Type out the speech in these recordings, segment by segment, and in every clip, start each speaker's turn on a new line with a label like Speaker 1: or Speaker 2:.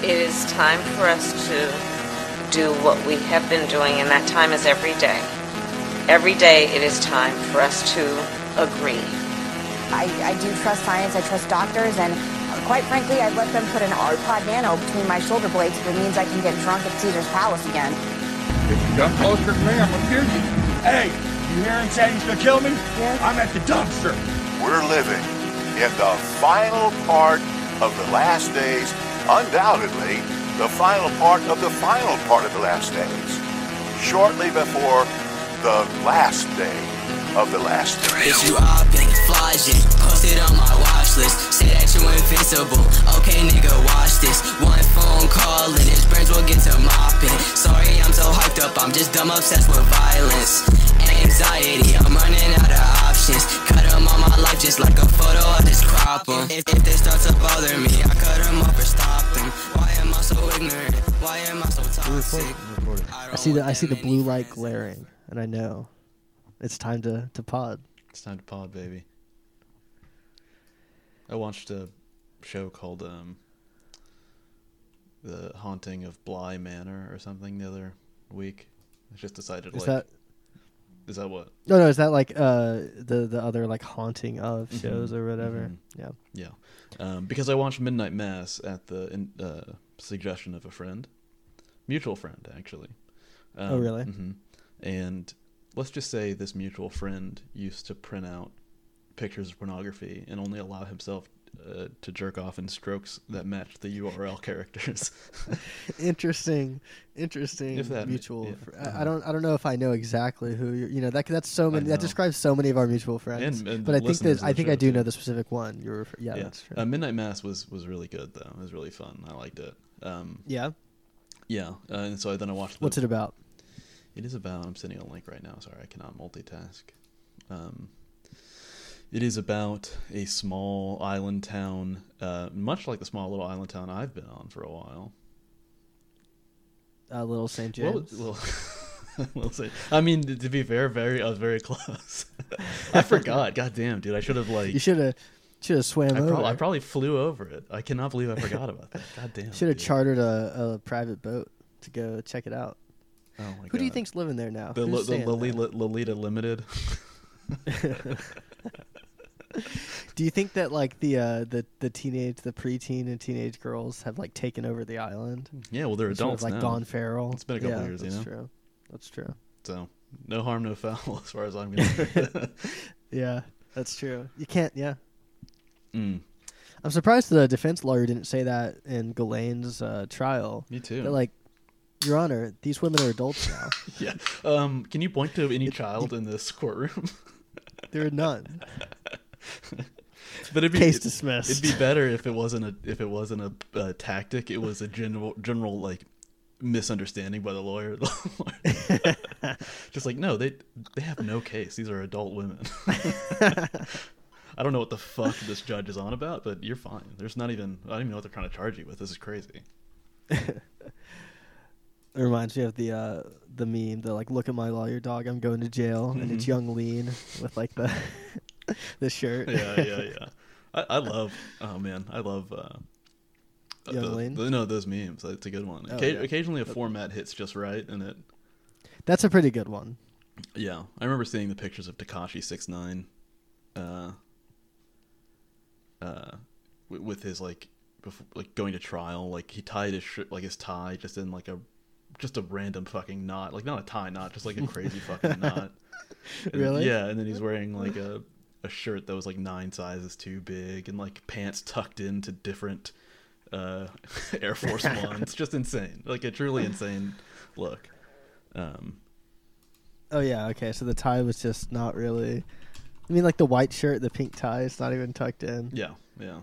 Speaker 1: It is time for us to do what we have been doing, and that time is every day. Every day, it is time for us to agree.
Speaker 2: I, I do trust science, I trust doctors, and uh, quite frankly, I'd let them put an R-Pod Nano between my shoulder blades if it means I can get drunk at Caesar's Palace again.
Speaker 3: If you come closer to me, I'm gonna kill you.
Speaker 4: Hey, you hearing saying he's gonna kill me?
Speaker 2: Yes.
Speaker 4: I'm at the dumpster.
Speaker 5: We're living in the final part of the last days, undoubtedly the final part of the final part of the last days, shortly before the last day of the last days.
Speaker 6: Bitch, you all been flogging. Posted on my watch list. Say that you invincible. Okay, nigga, watch this. One phone call and his brains will get to mopping. Sorry, I'm so hyped up. I'm just dumb obsessed with violence. Anxiety, I'm running out of options. Cut him on my life just like a photo. I just crop 'em. If, if they start to bother me, I cut him off or stop him. Why am I so ignorant? Why am I so toxic?
Speaker 7: I see
Speaker 8: Oh,
Speaker 7: the I see the blue light glaring, and I know it's time to to pod.
Speaker 8: It's time to pod, baby. I watched a show called um, "The Haunting of Bly Manor" or something the other week. I just decided.
Speaker 7: Is that
Speaker 8: like, is that what?
Speaker 7: no no? Is that like uh the the other like haunting of
Speaker 8: Mm-hmm.
Speaker 7: shows or whatever? Yeah.
Speaker 8: Yeah, um, because I watched Midnight Mass at the in, uh, suggestion of a friend, mutual friend actually. Um,
Speaker 7: oh really?
Speaker 8: hmm And let's just say this mutual friend used to print out pictures of pornography and only allow himself uh, to jerk off in strokes that matched the URL characters.
Speaker 7: Interesting, interesting.
Speaker 8: If that-
Speaker 7: mutual.
Speaker 8: yeah. Mm-hmm.
Speaker 7: fr- I, I don't I don't know if I know exactly who you're, you know that that's so many that
Speaker 8: know.
Speaker 7: describes so many of our mutual friends.
Speaker 8: And- and
Speaker 7: but I think
Speaker 8: listeners
Speaker 7: that
Speaker 8: of
Speaker 7: I
Speaker 8: the
Speaker 7: think
Speaker 8: show,
Speaker 7: I do
Speaker 8: too.
Speaker 7: know the specific one. You're refer- yeah, that's true.
Speaker 8: Uh, Midnight Mass was was really good though. It was really fun. I liked it. Um,
Speaker 7: yeah.
Speaker 8: yeah, uh, and so then I watched. The,
Speaker 7: What's it about?
Speaker 8: It is about. I'm sending a link right now. Sorry, I cannot multitask. Um, it is about a small island town, uh, much like the small little island town I've been on for a while.
Speaker 7: Uh, little Saint
Speaker 8: What
Speaker 7: James.
Speaker 8: was- well, we'll see. I mean, to be fair, very I was very close. I forgot. God damn, dude, I should have like.
Speaker 7: you should have should have swam
Speaker 8: I,
Speaker 7: over.
Speaker 8: prob- I probably flew over it. I cannot believe I forgot about that. God damn.
Speaker 7: Should have
Speaker 8: dude.
Speaker 7: chartered a, a private boat to go check it out.
Speaker 8: Oh my
Speaker 7: Who do you
Speaker 8: God.
Speaker 7: think's living there now?
Speaker 8: The,
Speaker 7: Who's
Speaker 8: Lo- the
Speaker 7: staying there?
Speaker 8: Lolita, Lolita Limited.
Speaker 7: Do you think that like the uh, the the teenage, the preteen and teenage girls have like taken over the island?
Speaker 8: yeah, well, they're
Speaker 7: They're sort
Speaker 8: adults
Speaker 7: of like
Speaker 8: now.
Speaker 7: Don Farrell.
Speaker 8: It's been a couple
Speaker 7: yeah,
Speaker 8: years, you
Speaker 7: That's
Speaker 8: know?
Speaker 7: true. That's true.
Speaker 8: So no harm, no foul, as far as I'm concerned.
Speaker 7: Yeah, that's true. You can't. Yeah,
Speaker 8: Mm,
Speaker 7: I'm surprised the defense lawyer didn't say that in Ghislaine's uh, trial.
Speaker 8: me too.
Speaker 7: They're like, Your Honor, these women are adults now.
Speaker 8: yeah. Um, can you point to any child in this courtroom?
Speaker 7: There are none.
Speaker 8: but it'd be
Speaker 7: Case
Speaker 8: it-
Speaker 7: dismissed.
Speaker 8: It'd be better if it wasn't a if it wasn't a, uh tactic. It was a general general like misunderstanding by the lawyer. Just like no, they they have no case. These are adult women. I don't know what the fuck this judge is on about, but you're fine. There's not even I don't even know what they're trying to charge you with. This is crazy.
Speaker 7: It reminds me of the uh, the meme, the like, look at my lawyer dog, I'm going to jail, and
Speaker 8: Mm-hmm.
Speaker 7: it's young lean with like the the shirt.
Speaker 8: yeah, yeah, yeah. I, I love. Oh man, I love. Uh,
Speaker 7: Young
Speaker 8: the-
Speaker 7: Lean?
Speaker 8: the- no, those memes. It's a good one.
Speaker 7: Oh,
Speaker 8: Occa-
Speaker 7: yeah.
Speaker 8: Occasionally, a format hits just right, and it.
Speaker 7: That's a pretty good one.
Speaker 8: Yeah, I remember seeing the pictures of Takashi six nine, uh, uh, with, with his like, before, like going to trial. Like he tied his shirt, like his tie, just in like a, just a random fucking knot. Like not a tie knot, just like a crazy fucking knot. And-
Speaker 7: Really?
Speaker 8: Yeah, and then he's wearing like a a shirt that was like nine sizes too big, and like pants tucked into different uh Air Force Ones. Just insane, like a truly insane look. Um,
Speaker 7: Oh yeah, okay. So the tie was just not really. I mean, like the white shirt, the pink tie, it's not even tucked in.
Speaker 8: yeah, yeah.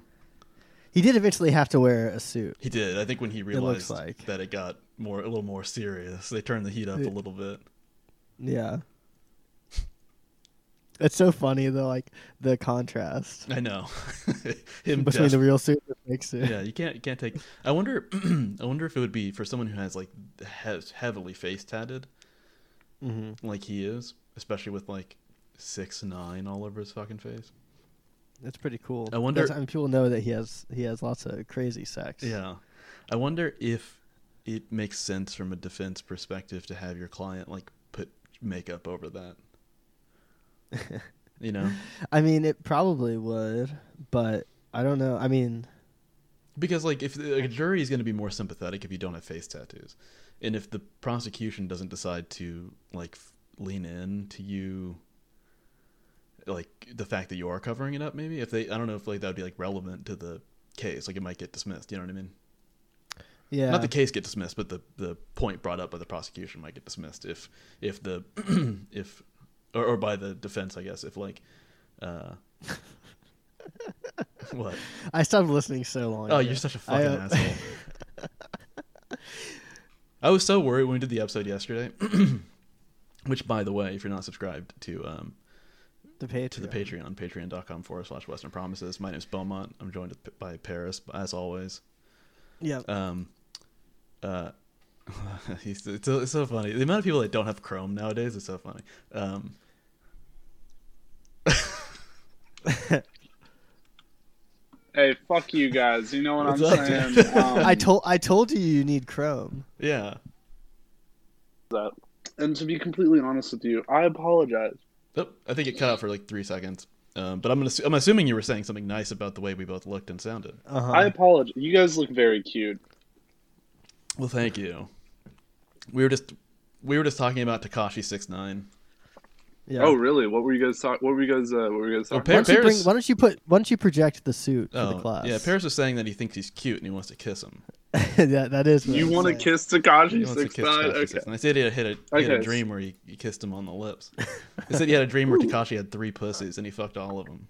Speaker 7: He did eventually have to wear a suit.
Speaker 8: He did. I think when he
Speaker 7: looks
Speaker 8: realized
Speaker 7: like.
Speaker 8: that it got more a little more serious, they turned the heat up a little bit.
Speaker 7: Yeah. It's so funny the like the contrast
Speaker 8: I know.
Speaker 7: between
Speaker 8: Him desperate-
Speaker 7: the real suit and the fake suit.
Speaker 8: yeah, you can't you can't take. I wonder. I wonder if it would be for someone who has like has heavily face tatted,
Speaker 7: Mm-hmm.
Speaker 8: like he is, especially with like six nine all over his fucking face.
Speaker 7: That's pretty cool.
Speaker 8: I wonder-
Speaker 7: That's- I mean, people know that he has he has lots of crazy sex.
Speaker 8: Yeah, I wonder if it makes sense from a defense perspective to have your client like put makeup over that. you know,
Speaker 7: I mean, it probably would, but I don't know. I mean,
Speaker 8: because like if a jury is going to be more sympathetic if you don't have face tattoos, and if the prosecution doesn't decide to like f- lean in to you, like the fact that you are covering it up, maybe if they, I don't know if like that would be like relevant to the case, like it might get dismissed. You know what I mean?
Speaker 7: yeah,
Speaker 8: not the case get dismissed, but the the point brought up by the prosecution might get dismissed if if the if or, or by the defense, I guess, if like uh what?
Speaker 7: I stopped listening so long.
Speaker 8: Oh,
Speaker 7: ago.
Speaker 8: you're such
Speaker 7: I,
Speaker 8: a fucking
Speaker 7: uh,
Speaker 8: asshole. I was so worried when we did the episode yesterday. Which, by the way, if you're not subscribed to um,
Speaker 7: The Patreon.
Speaker 8: to the Patreon, patreon.com forward slash Western Promises. My name's Beaumont. I'm joined by Paris, as always.
Speaker 7: Yeah.
Speaker 8: um uh he's, it's, so, it's so funny the amount of people that don't have chrome nowadays is so funny um
Speaker 9: Hey, fuck you guys. You know what
Speaker 8: What's
Speaker 9: I'm
Speaker 8: up,
Speaker 9: saying?
Speaker 8: dude?
Speaker 9: Um,
Speaker 7: I told I told you you need Chrome.
Speaker 8: yeah
Speaker 9: that. And to be completely honest with you, I apologize.
Speaker 8: oh, i think it cut out for like three seconds um but i'm gonna assu- i'm assuming you were saying something nice about the way we both looked and sounded
Speaker 7: Uh-huh.
Speaker 9: I apologize. You guys look very cute.
Speaker 8: well thank you we were just we were just talking about takashi 69
Speaker 7: yeah.
Speaker 9: Oh, really? What were you guys talking? What were you guys? Uh, what were you guys
Speaker 8: Oh,
Speaker 7: why
Speaker 9: talking?
Speaker 8: Par-
Speaker 7: don't, you bring,
Speaker 8: Paris-
Speaker 7: why don't you put why don't you project the suit for the
Speaker 8: oh
Speaker 7: class?
Speaker 8: yeah paris was saying that he thinks he's cute and he wants to kiss him
Speaker 7: that, that is. what
Speaker 9: you
Speaker 7: I'm
Speaker 9: want to
Speaker 7: saying.
Speaker 9: kiss
Speaker 8: he
Speaker 9: Takashi
Speaker 8: wants to
Speaker 9: six
Speaker 8: kiss
Speaker 9: nine?
Speaker 8: Takashi
Speaker 9: Okay.
Speaker 8: 69 i said he had, had a, he had a
Speaker 9: Okay.
Speaker 8: dream where he, he kissed him on the lips he said he had a dream where takashi had three pussies and he fucked all of them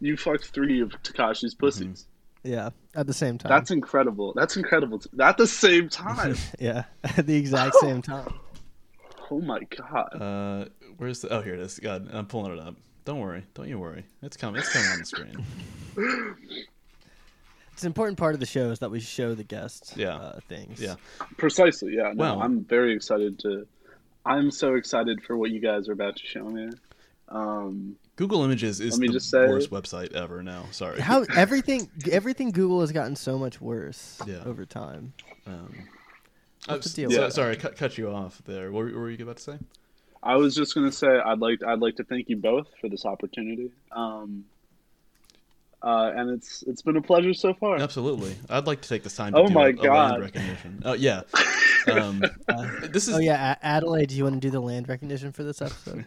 Speaker 9: You fucked three of Takashi's
Speaker 8: Mm-hmm.
Speaker 9: pussies.
Speaker 7: Yeah, at the same
Speaker 8: Uh-huh.
Speaker 7: time.
Speaker 9: That's incredible. That's incredible. At the same time.
Speaker 7: yeah, at the exact same time.
Speaker 9: oh my god.
Speaker 8: Uh, where's the? Oh, here it is. God, I'm pulling it up. Don't worry. Don't you worry. It's coming. It's coming on the screen.
Speaker 7: It's an important part of the show is that we show the guests.
Speaker 8: Yeah.
Speaker 7: Uh, things.
Speaker 8: Yeah.
Speaker 9: Precisely. Yeah. No,
Speaker 8: Wow.
Speaker 9: I'm very excited to. I'm so excited for what you guys are about to show me. Um,
Speaker 8: Google Images is
Speaker 9: Let me
Speaker 8: the
Speaker 9: just say-
Speaker 8: worst website ever. Now, sorry.
Speaker 7: How everything everything Google has gotten so much worse
Speaker 8: Yeah.
Speaker 7: over time.
Speaker 8: Oh,
Speaker 7: what's the deal?
Speaker 8: so-
Speaker 7: Yeah.
Speaker 8: Sorry, cut, cut you off there. What were, what were you about to say?
Speaker 9: I was just gonna say I'd like I'd like to thank you both for this opportunity. Um, uh, and it's it's been a pleasure so far.
Speaker 8: Absolutely. I'd like to take this time to
Speaker 9: Oh
Speaker 8: do
Speaker 9: my
Speaker 8: a, a land
Speaker 9: God.
Speaker 8: recognition. Oh yeah. Um, this is
Speaker 7: Oh yeah, A- Adelaide, do you want to do the land recognition for this episode?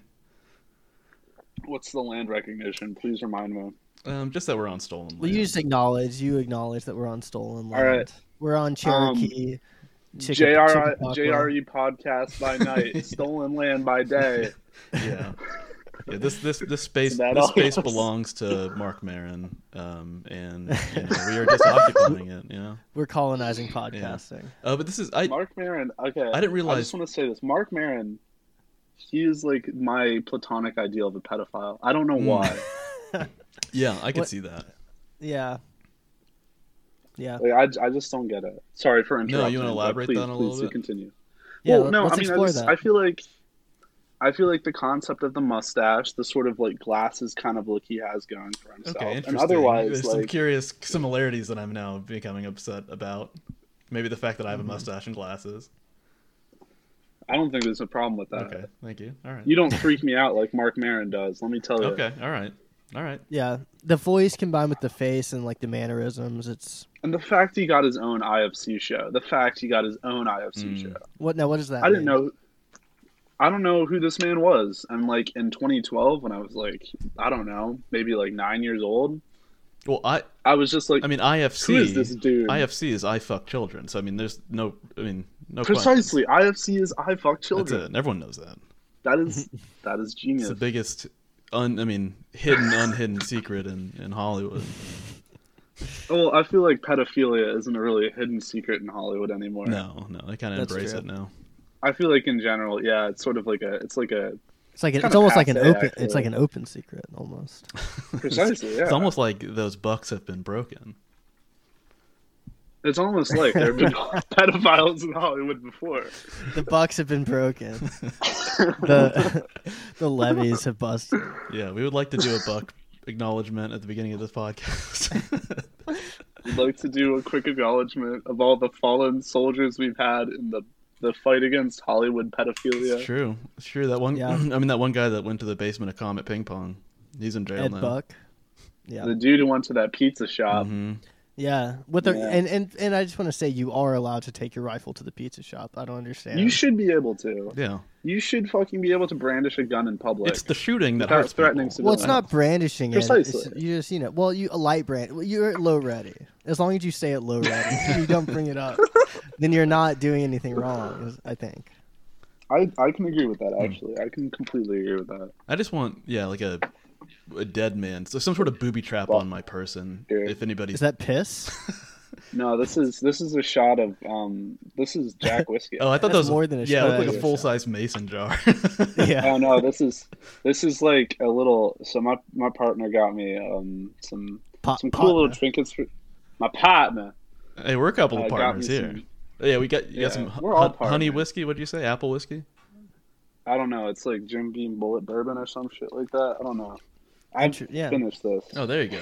Speaker 9: What's the land recognition? Please remind me.
Speaker 8: um, just that we're on stolen.
Speaker 7: well,
Speaker 8: land.
Speaker 7: you just acknowledge you acknowledge that we're on stolen land.
Speaker 9: All right. Um,
Speaker 7: We're on Cherokee. Chicka-
Speaker 9: JR,
Speaker 7: Chickapaquia.
Speaker 9: JRE E podcast by night, stolen land by day.
Speaker 8: yeah. Yeah, this this this space
Speaker 9: that
Speaker 8: this
Speaker 9: all?
Speaker 8: space belongs to Mark Marin, um, and you know, we are just occupying it. You know,
Speaker 7: We're colonizing podcasting.
Speaker 8: uh, but this is I
Speaker 9: Mark Marin. Okay,
Speaker 8: I didn't
Speaker 9: I
Speaker 8: realize-
Speaker 9: just want to say this. Mark Marin, he is like my platonic ideal of a pedophile. I don't know
Speaker 8: Hmm.
Speaker 9: why.
Speaker 8: yeah I could
Speaker 7: What-
Speaker 8: see that.
Speaker 7: Yeah. Yeah.
Speaker 9: like, I, I just don't get it. Sorry for interrupting.
Speaker 8: you wanna
Speaker 9: but
Speaker 8: elaborate
Speaker 9: please,
Speaker 8: that a little
Speaker 9: please do
Speaker 8: bit?
Speaker 9: Continue.
Speaker 7: Yeah,
Speaker 9: well,
Speaker 7: let-
Speaker 9: no,
Speaker 7: let's
Speaker 9: I mean, I,
Speaker 7: explore
Speaker 9: just-
Speaker 7: that.
Speaker 9: I feel like, I feel like the concept of the mustache, the sort of like glasses kind of look he has going for himself,
Speaker 8: Okay,
Speaker 9: and
Speaker 8: interesting.
Speaker 9: otherwise,
Speaker 8: There's some
Speaker 9: like,
Speaker 8: curious similarities that I'm now becoming upset about. Maybe the fact that I have a
Speaker 9: Mm-hmm.
Speaker 8: mustache and glasses.
Speaker 9: I don't think there's a problem with that.
Speaker 8: Okay, thank you. All right.
Speaker 9: Uh, You don't freak me out like Mark Maron does. Let me tell you.
Speaker 8: Okay, all right, all right.
Speaker 7: Yeah, the voice combined with the face and like the mannerisms. It's
Speaker 9: And the fact he got his own IFC show. The fact he got his own
Speaker 8: Hmm.
Speaker 9: IFC show.
Speaker 7: what now? What is that?
Speaker 9: I didn't
Speaker 7: mean?
Speaker 9: know. I don't know who this man was. And like in 2012, when I was like, I don't know, maybe like nine years old,
Speaker 8: Well, I
Speaker 9: I was just like,
Speaker 8: I mean IFC.
Speaker 9: Who is this dude?
Speaker 8: IFC is I fuck children. So I mean, there's no. I mean, no. question.
Speaker 9: precisely. IFC is I fuck
Speaker 8: That's
Speaker 9: children.
Speaker 8: it. Everyone knows that.
Speaker 9: That is that
Speaker 8: It's
Speaker 9: is genius.
Speaker 8: the biggest. Un, I mean, hidden, unhidden secret in, in Hollywood.
Speaker 9: Well, I feel like pedophilia isn't really a hidden secret in Hollywood anymore.
Speaker 8: No, no, they kind of
Speaker 7: That's
Speaker 8: embrace
Speaker 7: true.
Speaker 8: it now.
Speaker 9: I feel like in general, yeah, it's sort of like a, it's like a
Speaker 7: It's like an,
Speaker 9: Kinda
Speaker 7: it's almost like an
Speaker 9: passe,
Speaker 7: open. It's
Speaker 9: actually.
Speaker 7: like an open secret almost.
Speaker 9: precisely, yeah.
Speaker 8: It's almost like those bucks have been broken.
Speaker 9: it's almost like there have been pedophiles in Hollywood before.
Speaker 7: the bucks have been broken. the the levees have busted.
Speaker 8: Yeah, we would like to do a buck acknowledgement at the beginning of this podcast.
Speaker 9: I'd like to do a quick acknowledgement of all the fallen soldiers we've had in the the fight against Hollywood pedophilia.
Speaker 8: It's true. It's true. That one.
Speaker 7: Yeah.
Speaker 8: I mean, that one guy that went to the basement of Comet Ping Pong. He's in jail
Speaker 7: Ed
Speaker 8: now.
Speaker 7: Buck. Yeah.
Speaker 9: The dude who went to that pizza shop.
Speaker 8: Mm-hmm.
Speaker 7: Yeah, with the
Speaker 9: Yeah.
Speaker 7: and and and I just want to say you are allowed to take your rifle to the pizza shop. I don't understand.
Speaker 9: You should be able to.
Speaker 8: Yeah.
Speaker 9: You should fucking be able to brandish a gun in public.
Speaker 8: It's the shooting that
Speaker 9: Without
Speaker 8: hurts
Speaker 9: threatening
Speaker 8: people.
Speaker 9: civilians.
Speaker 7: well, it's not brandishing it. It's-
Speaker 9: Precisely.
Speaker 7: you just you know. Well, you a light brand. well, You're at low ready. As long as you stay at low ready, you don't bring it up, then you're not doing anything wrong. is- I think.
Speaker 9: I, I can agree with that
Speaker 8: Mm.
Speaker 9: actually. I can completely agree with that.
Speaker 8: I just want yeah, like a a dead man, so some sort of booby trap on my person.
Speaker 9: Here.
Speaker 8: If anybody's
Speaker 7: Is that piss?
Speaker 9: No, this is this is a shot of um this is Jack whiskey.
Speaker 8: oh, I thought that
Speaker 7: That's
Speaker 8: was
Speaker 7: more than a
Speaker 8: yeah, it
Speaker 7: shot.
Speaker 8: looked like
Speaker 7: Yeah.
Speaker 8: a full size mason jar.
Speaker 7: yeah.
Speaker 9: Oh no, this is this is like a little. So my my partner got me um some
Speaker 7: Pa-
Speaker 9: some cool little
Speaker 7: partner.
Speaker 9: trinkets for my partner.
Speaker 8: hey, we're a couple
Speaker 9: I
Speaker 8: of
Speaker 9: Uh, got
Speaker 8: partners
Speaker 9: me
Speaker 8: here. Oh,
Speaker 9: some-
Speaker 8: Yeah, we got you
Speaker 9: Yeah,
Speaker 8: got some hu-
Speaker 9: we're all
Speaker 8: hu- honey
Speaker 9: partners.
Speaker 8: whiskey. What did you say? Apple whiskey.
Speaker 9: I don't know. It's like Jim Beam Bullet Bourbon or some shit like that. I don't know. I
Speaker 7: Intr- yeah.
Speaker 9: finished this.
Speaker 8: Oh, there you go.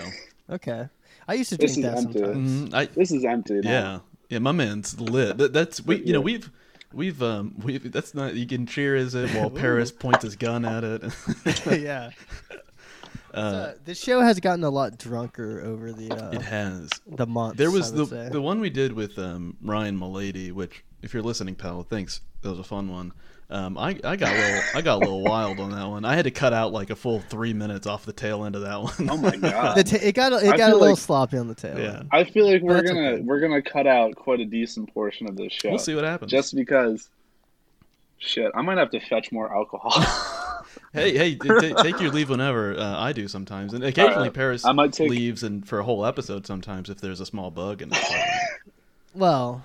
Speaker 7: Okay. I used to
Speaker 9: This
Speaker 7: drink
Speaker 9: is
Speaker 7: that
Speaker 9: empty.
Speaker 7: sometimes.
Speaker 8: Mm, I
Speaker 9: This is empty. now.
Speaker 8: yeah yeah, my man's lit. That, that's we you know
Speaker 9: Yeah.
Speaker 8: we've. We've um we've that's not you can cheer as it while Paris points his gun at it.
Speaker 7: yeah. Uh, this show has gotten a lot drunker over the uh,
Speaker 8: it has.
Speaker 7: the months.
Speaker 8: There was
Speaker 7: I
Speaker 8: the
Speaker 7: would say.
Speaker 8: the one we did with um, Ryan Milady, which if you're listening, pal, thanks. That was a fun one. Um, I, I got a little I got a little wild on that one. I had to cut out like a full three minutes off the tail end of that one.
Speaker 9: Oh my
Speaker 7: The
Speaker 9: god.
Speaker 7: ta- it got a- it
Speaker 9: I
Speaker 7: got a
Speaker 9: feel
Speaker 7: little
Speaker 9: like-
Speaker 7: sloppy on the tail.
Speaker 8: yeah,
Speaker 7: end.
Speaker 9: I feel like we're
Speaker 7: That's
Speaker 9: gonna
Speaker 7: okay.
Speaker 9: we're gonna cut out quite a decent portion of this show.
Speaker 8: we'll see what happens.
Speaker 9: Just because. Shit, I might have to fetch more alcohol.
Speaker 8: hey hey, t- t- take your leave whenever uh, I do sometimes, and occasionally
Speaker 9: Alright.
Speaker 8: Paris
Speaker 9: Uh, I might take-
Speaker 8: leaves and for a whole episode sometimes if there's a small bug in it.
Speaker 7: Well,